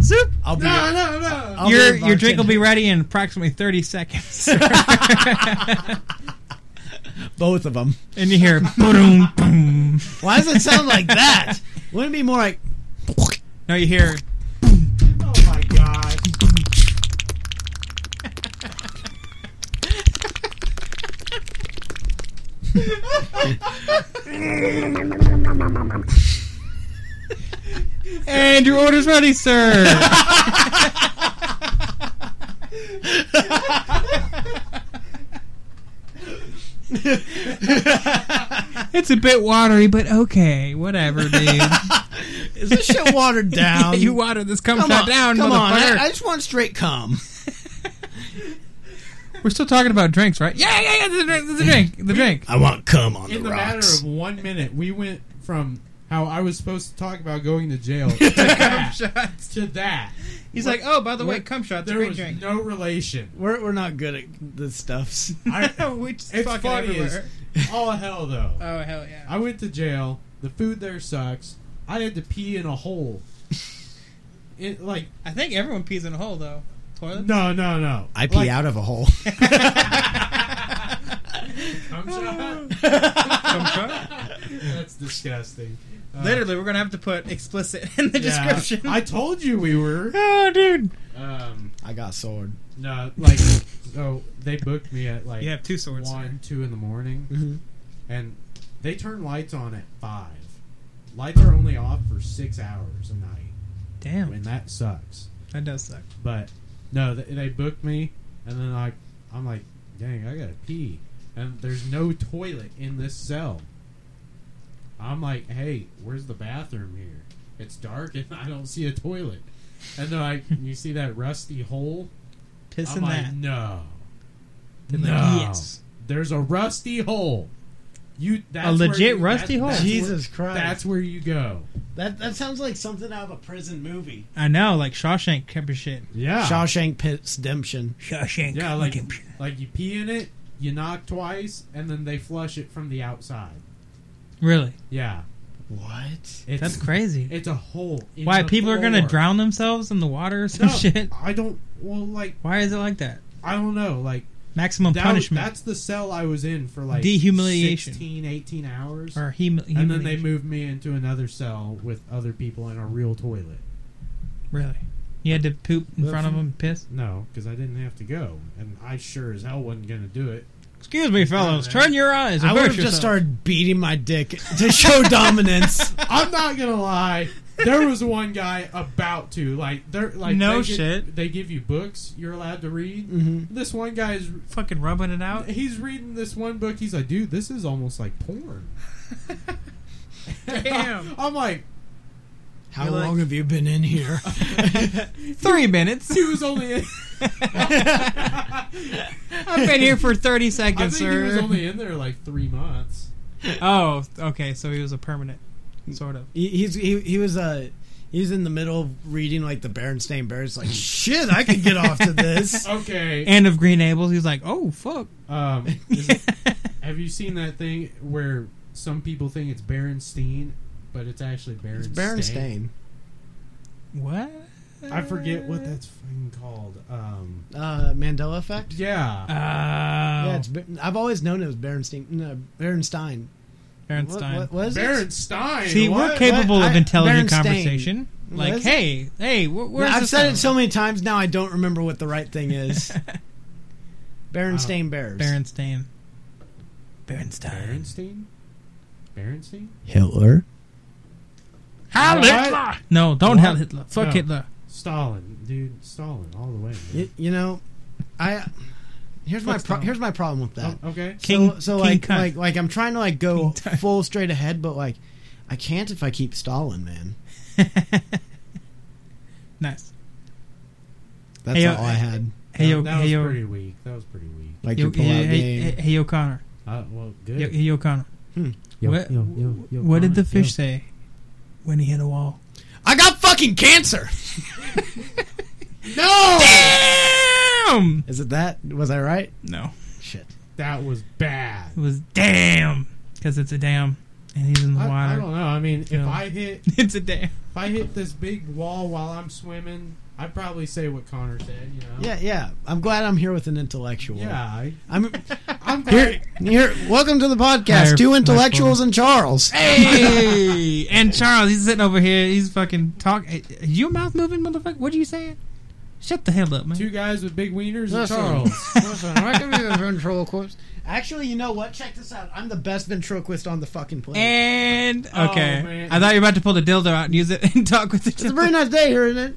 Speaker 6: Zoop.
Speaker 7: I'll be.
Speaker 9: No, no, no.
Speaker 7: I'll be
Speaker 6: your
Speaker 7: a
Speaker 6: your drink will be
Speaker 7: bartender.
Speaker 6: ready in approximately thirty seconds. (laughs)
Speaker 7: both of them.
Speaker 6: and you hear boom boom. boom.
Speaker 7: Why does it sound like that? Wouldn't it be more like
Speaker 6: No, you hear.
Speaker 14: Oh my god.
Speaker 6: (laughs) And your order's ready, sir. it's a bit watery, but okay, whatever, dude.
Speaker 7: is this shit (laughs) watered down?
Speaker 6: (laughs) you water this cum
Speaker 7: come
Speaker 6: shot
Speaker 7: on,
Speaker 6: down,
Speaker 7: come on.
Speaker 6: motherfucker.
Speaker 7: I, I just want straight cum.
Speaker 6: We're still talking about drinks, right? Yeah, yeah, yeah. The drink, the drink, the drink.
Speaker 7: I want cum on
Speaker 9: In
Speaker 7: the
Speaker 9: the matter
Speaker 7: rocks.
Speaker 9: of one minute, we went from how I was supposed to talk about going to
Speaker 6: (laughs)
Speaker 9: jail to that.
Speaker 6: shots.
Speaker 9: To that.
Speaker 6: He's
Speaker 9: What-
Speaker 6: like, oh, by the way,
Speaker 9: what-
Speaker 6: cum shots.
Speaker 9: There
Speaker 6: Great
Speaker 9: was
Speaker 6: drink.
Speaker 9: no relation.
Speaker 7: We're we're not good at the stuffs.
Speaker 9: I,
Speaker 6: (laughs) we just
Speaker 9: it's
Speaker 6: fucking
Speaker 9: funny as
Speaker 6: everywhere.
Speaker 9: all hell, though.
Speaker 6: (laughs) Oh hell yeah.
Speaker 9: I went to jail. The food there sucks. I had to pee in a hole. It like
Speaker 6: I think everyone pees in a hole though. (laughs) Toilet.
Speaker 9: no no no.
Speaker 7: (laughs) I pee
Speaker 9: like,
Speaker 7: out of a hole.
Speaker 9: cum shot? That's disgusting. Uh,
Speaker 6: (laughs) Literally, we're gonna have to put explicit in the
Speaker 9: yeah,
Speaker 6: description.
Speaker 9: I told you we
Speaker 7: (laughs)
Speaker 9: were.
Speaker 6: oh, dude.
Speaker 9: Um,
Speaker 7: I got sword.
Speaker 9: no, like so they booked me at like
Speaker 6: (laughs) You have two swords.
Speaker 9: one two in the morning,
Speaker 7: Mm-hmm.
Speaker 9: and they turn lights on at five. Lights are only off for six hours a night,
Speaker 6: Damn,
Speaker 9: and that sucks.
Speaker 6: that does suck.
Speaker 9: But no, they, they booked me, and then like I'm like, dang, I gotta pee, and there's no toilet in this cell. I'm like, hey, where's the bathroom here? It's dark and (laughs) I don't see a toilet. And they're like, you see that rusty hole?
Speaker 6: Pissing
Speaker 9: I'm like,
Speaker 6: that.
Speaker 9: no,
Speaker 6: They're
Speaker 9: no,
Speaker 6: like, yes.
Speaker 9: there's a rusty hole. You that's
Speaker 6: A
Speaker 9: where you-
Speaker 6: legit rusty hole.
Speaker 9: that's where-
Speaker 7: Jesus Christ.
Speaker 9: that's where you go.
Speaker 7: That that sounds like something out of a prison movie.
Speaker 6: I know, like Shawshank type of shit.
Speaker 9: Yeah,
Speaker 7: Shawshank Redemption.
Speaker 6: Shawshank.
Speaker 9: Yeah, like like you pee in it, you knock twice, and then they flush it from the outside.
Speaker 6: really.
Speaker 9: Yeah,
Speaker 7: What?
Speaker 9: it's,
Speaker 6: That's crazy.
Speaker 9: It's a hole. in
Speaker 6: Why
Speaker 9: the
Speaker 6: people are gonna
Speaker 9: floor.
Speaker 6: drown themselves in the water or some
Speaker 9: No,
Speaker 6: shit?
Speaker 9: I don't. Well, like
Speaker 6: Why is it like that?
Speaker 9: I don't know. Like
Speaker 6: Maximum
Speaker 9: that,
Speaker 6: punishment
Speaker 9: That's the cell I was in for like
Speaker 6: Dehumiliation.
Speaker 9: 16, 18 hours,
Speaker 6: or hum- humiliation?
Speaker 9: and then they moved me into another cell with other people in a real toilet.
Speaker 6: Really? You had to poop in front of them and piss?
Speaker 9: No, because I didn't have to go, and I sure as hell wasn't gonna do it.
Speaker 6: Excuse me, fellas. Turn your eyes.
Speaker 7: I would have
Speaker 6: reverse
Speaker 7: just
Speaker 6: yourself.
Speaker 7: started beating my dick to (laughs) show dominance.
Speaker 9: I'm not gonna lie. There was one guy about to like they're like
Speaker 6: No
Speaker 9: they gi-
Speaker 6: shit.
Speaker 9: they give you books you're allowed to read. This one guy is
Speaker 6: fucking rubbing
Speaker 9: (laughs)
Speaker 6: it out.
Speaker 9: he's reading this one book. He's like, dude, this is almost like porn.
Speaker 6: Damn.
Speaker 9: (laughs) I'm like,
Speaker 7: How
Speaker 6: You're like-
Speaker 7: long have you been in here?
Speaker 6: (laughs)
Speaker 9: (laughs)
Speaker 6: Three minutes.
Speaker 9: he was only
Speaker 6: (laughs)
Speaker 9: in,
Speaker 6: I've been here for 30
Speaker 9: I think
Speaker 6: seconds,
Speaker 9: he was
Speaker 6: sir.
Speaker 9: only in there like three months.
Speaker 6: oh, okay. So he was a permanent, sort of.
Speaker 7: He, he's he, he was uh he was in the middle of reading like the Berenstain Bears. Like shit, I could get off to this.
Speaker 9: Okay.
Speaker 6: And of Green Abels, he was like, oh, fuck. (laughs)
Speaker 9: Um, is it- have you seen that thing where some people think it's Berenstein, but it's actually Berenstain?
Speaker 7: (laughs) Berenstain.
Speaker 6: what?
Speaker 9: I forget what that's fucking called. Um,
Speaker 7: Uh, Mandela effect.
Speaker 9: yeah.
Speaker 6: Oh.
Speaker 7: Yeah, it's, Ber- I've always known it was Berenstein. No, Berenstein. What,
Speaker 6: Bernstein.
Speaker 7: what, what is it?
Speaker 9: Berenstein.
Speaker 6: See,
Speaker 9: what?
Speaker 6: we're capable
Speaker 7: What?
Speaker 6: of
Speaker 7: I-
Speaker 6: intelligent
Speaker 7: Berenstain.
Speaker 6: conversation.
Speaker 7: What
Speaker 6: Like,
Speaker 7: is it?
Speaker 6: hey, hey, wh- where's
Speaker 7: I've
Speaker 6: this
Speaker 7: said it
Speaker 6: from?
Speaker 7: so many times now. I don't remember what the right thing
Speaker 6: (laughs)
Speaker 7: is. Berenstain Bears.
Speaker 6: Berenstain. Berenstain.
Speaker 9: Berenstein? Berenstein?
Speaker 7: Hitler.
Speaker 9: How
Speaker 6: No, don't
Speaker 9: What?
Speaker 6: help Hitler. Fuck
Speaker 9: No.
Speaker 6: Hitler. (laughs)
Speaker 9: Stalin, dude, Stalin, all the way. man.
Speaker 7: You, you know, I here's my
Speaker 6: What's
Speaker 7: pro-
Speaker 6: wrong?
Speaker 7: here's my problem with that.
Speaker 9: Oh, okay.
Speaker 6: King,
Speaker 7: so, so
Speaker 6: King
Speaker 7: like
Speaker 6: cunt.
Speaker 7: like like I'm trying to like go
Speaker 6: King cunt.
Speaker 7: full straight ahead, but like I can't if I keep stalling, man.
Speaker 6: nice.
Speaker 7: That's
Speaker 6: Hey,
Speaker 7: all
Speaker 6: uh,
Speaker 7: I had.
Speaker 6: Hey, yo,
Speaker 9: that was
Speaker 6: hey, yo,
Speaker 9: pretty weak. That was pretty weak.
Speaker 7: Like
Speaker 6: yo,
Speaker 7: your pull out
Speaker 6: hey, hey,
Speaker 7: game.
Speaker 6: hey, hey, O'Connor.
Speaker 9: Uh, well, good.
Speaker 6: Yo, hey, O'Connor.
Speaker 9: Yo,
Speaker 6: what-
Speaker 9: yo, yo, yo,
Speaker 6: What did
Speaker 9: Connor,
Speaker 6: the fish
Speaker 9: yo.
Speaker 6: say when he hit a wall?
Speaker 7: I got fucking
Speaker 6: (laughs)
Speaker 7: cancer.
Speaker 9: No,
Speaker 6: Damn!
Speaker 7: Is it that? Was I right?
Speaker 6: No.
Speaker 7: Shit.
Speaker 9: that was bad.
Speaker 6: It was damn. Because it's a dam. And he's in the
Speaker 9: I, I
Speaker 6: water.
Speaker 9: don't know. I mean, if
Speaker 6: Yeah.
Speaker 9: I hit,
Speaker 6: (laughs) It's a dam.
Speaker 9: If I hit this big wall while I'm swimming, I'd probably say what Connor said. You know.
Speaker 7: Yeah, yeah. I'm glad I'm here with an intellectual.
Speaker 9: Yeah. I,
Speaker 7: (laughs) I'm
Speaker 9: I'm
Speaker 7: here.
Speaker 9: glad.
Speaker 7: Here, welcome to the
Speaker 6: Higher-
Speaker 7: podcast. Two
Speaker 6: higher
Speaker 7: intellectuals and Charles.
Speaker 6: Hey, (laughs) and Charles, he's sitting over here. He's fucking talking. your mouth moving, motherfucker? What are you saying? Shut the hell up, man.
Speaker 9: Two guys with big wieners and
Speaker 7: Listen.
Speaker 9: Charles.
Speaker 6: (laughs)
Speaker 7: Listen, I can be a ventriloquist. Actually, you know what? Check this out. I'm the best ventriloquist on the fucking planet.
Speaker 6: And
Speaker 9: Oh,
Speaker 6: okay,
Speaker 9: man.
Speaker 6: I thought you were about to pull the dildo out and use it (laughs) and talk with the.
Speaker 7: it's a very nice day here, isn't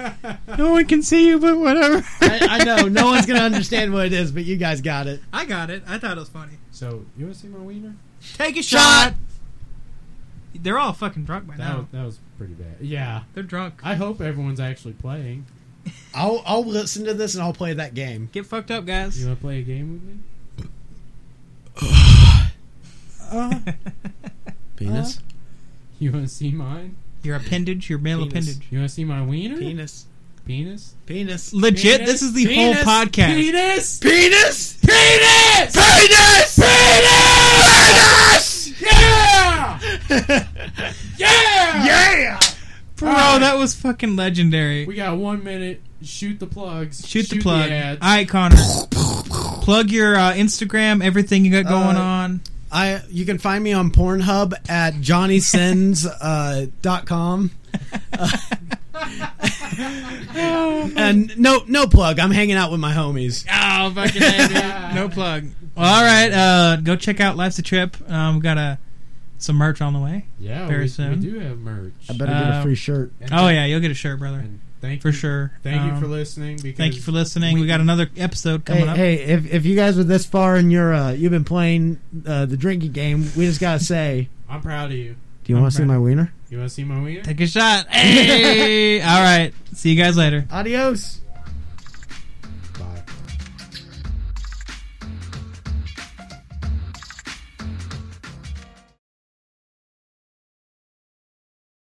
Speaker 7: (laughs) it?
Speaker 6: no one can see you, but whatever.
Speaker 7: I, I know. No one's gonna understand what it is, but you guys got it.
Speaker 6: I got it. I thought it was funny.
Speaker 9: so you want to see my wiener?
Speaker 6: Take a shot. They're all fucking drunk by
Speaker 9: That
Speaker 6: now.
Speaker 9: was, that was pretty bad. Yeah.
Speaker 6: They're drunk.
Speaker 9: I hope everyone's actually playing.
Speaker 7: I'll I'll listen to this and I'll play that game.
Speaker 6: Get fucked up, guys.
Speaker 9: You want to play a game with me?
Speaker 6: (laughs)
Speaker 7: Penis.
Speaker 9: You want to see mine?
Speaker 6: Your appendage, your male
Speaker 7: Penis.
Speaker 6: appendage.
Speaker 9: You want to see my wiener?
Speaker 7: Penis.
Speaker 9: Penis?
Speaker 7: Penis.
Speaker 6: Legit, this is the
Speaker 7: Penis.
Speaker 6: whole podcast.
Speaker 9: Penis!
Speaker 7: Penis. Penis. Penis. Penis.
Speaker 9: Yeah!
Speaker 7: Penis. (laughs)
Speaker 9: Yeah!
Speaker 7: yeah.
Speaker 6: Bro,
Speaker 9: Alright.
Speaker 6: that was fucking legendary.
Speaker 9: We got one minute. Shoot the plugs.
Speaker 6: Shoot, the plug.
Speaker 9: ads.
Speaker 6: All right, Connor. plug your uh, Instagram, everything you got going
Speaker 7: Uh,
Speaker 6: on.
Speaker 7: I you can find me on Pornhub at johnnysins uh, dot com. Uh, and no no plug. I'm hanging out with my homies.
Speaker 6: Oh, fucking (laughs) no plug. Well, all right, uh, go check out Life's a Trip. Um, we got uh, some merch on the way.
Speaker 9: yeah,
Speaker 6: Very
Speaker 9: we,
Speaker 6: soon.
Speaker 9: we do have merch.
Speaker 7: I better get
Speaker 6: Uh,
Speaker 7: a free shirt.
Speaker 9: And
Speaker 6: Oh
Speaker 9: th-
Speaker 6: yeah, you'll get a shirt, brother,
Speaker 9: and thank
Speaker 6: for
Speaker 9: you,
Speaker 6: sure.
Speaker 9: Thank you for
Speaker 6: Um,
Speaker 9: listening. Because
Speaker 6: Thank you for listening. We, got another episode coming
Speaker 7: Hey,
Speaker 6: up.
Speaker 7: hey, if if you guys were this far and you're uh, you've been playing uh, the drinking game, we just gotta say,
Speaker 9: I'm proud of you.
Speaker 7: do you want to see my wiener?
Speaker 9: You want to see my wiener?
Speaker 6: Take a shot. Hey. all right. See you guys later.
Speaker 7: Adios.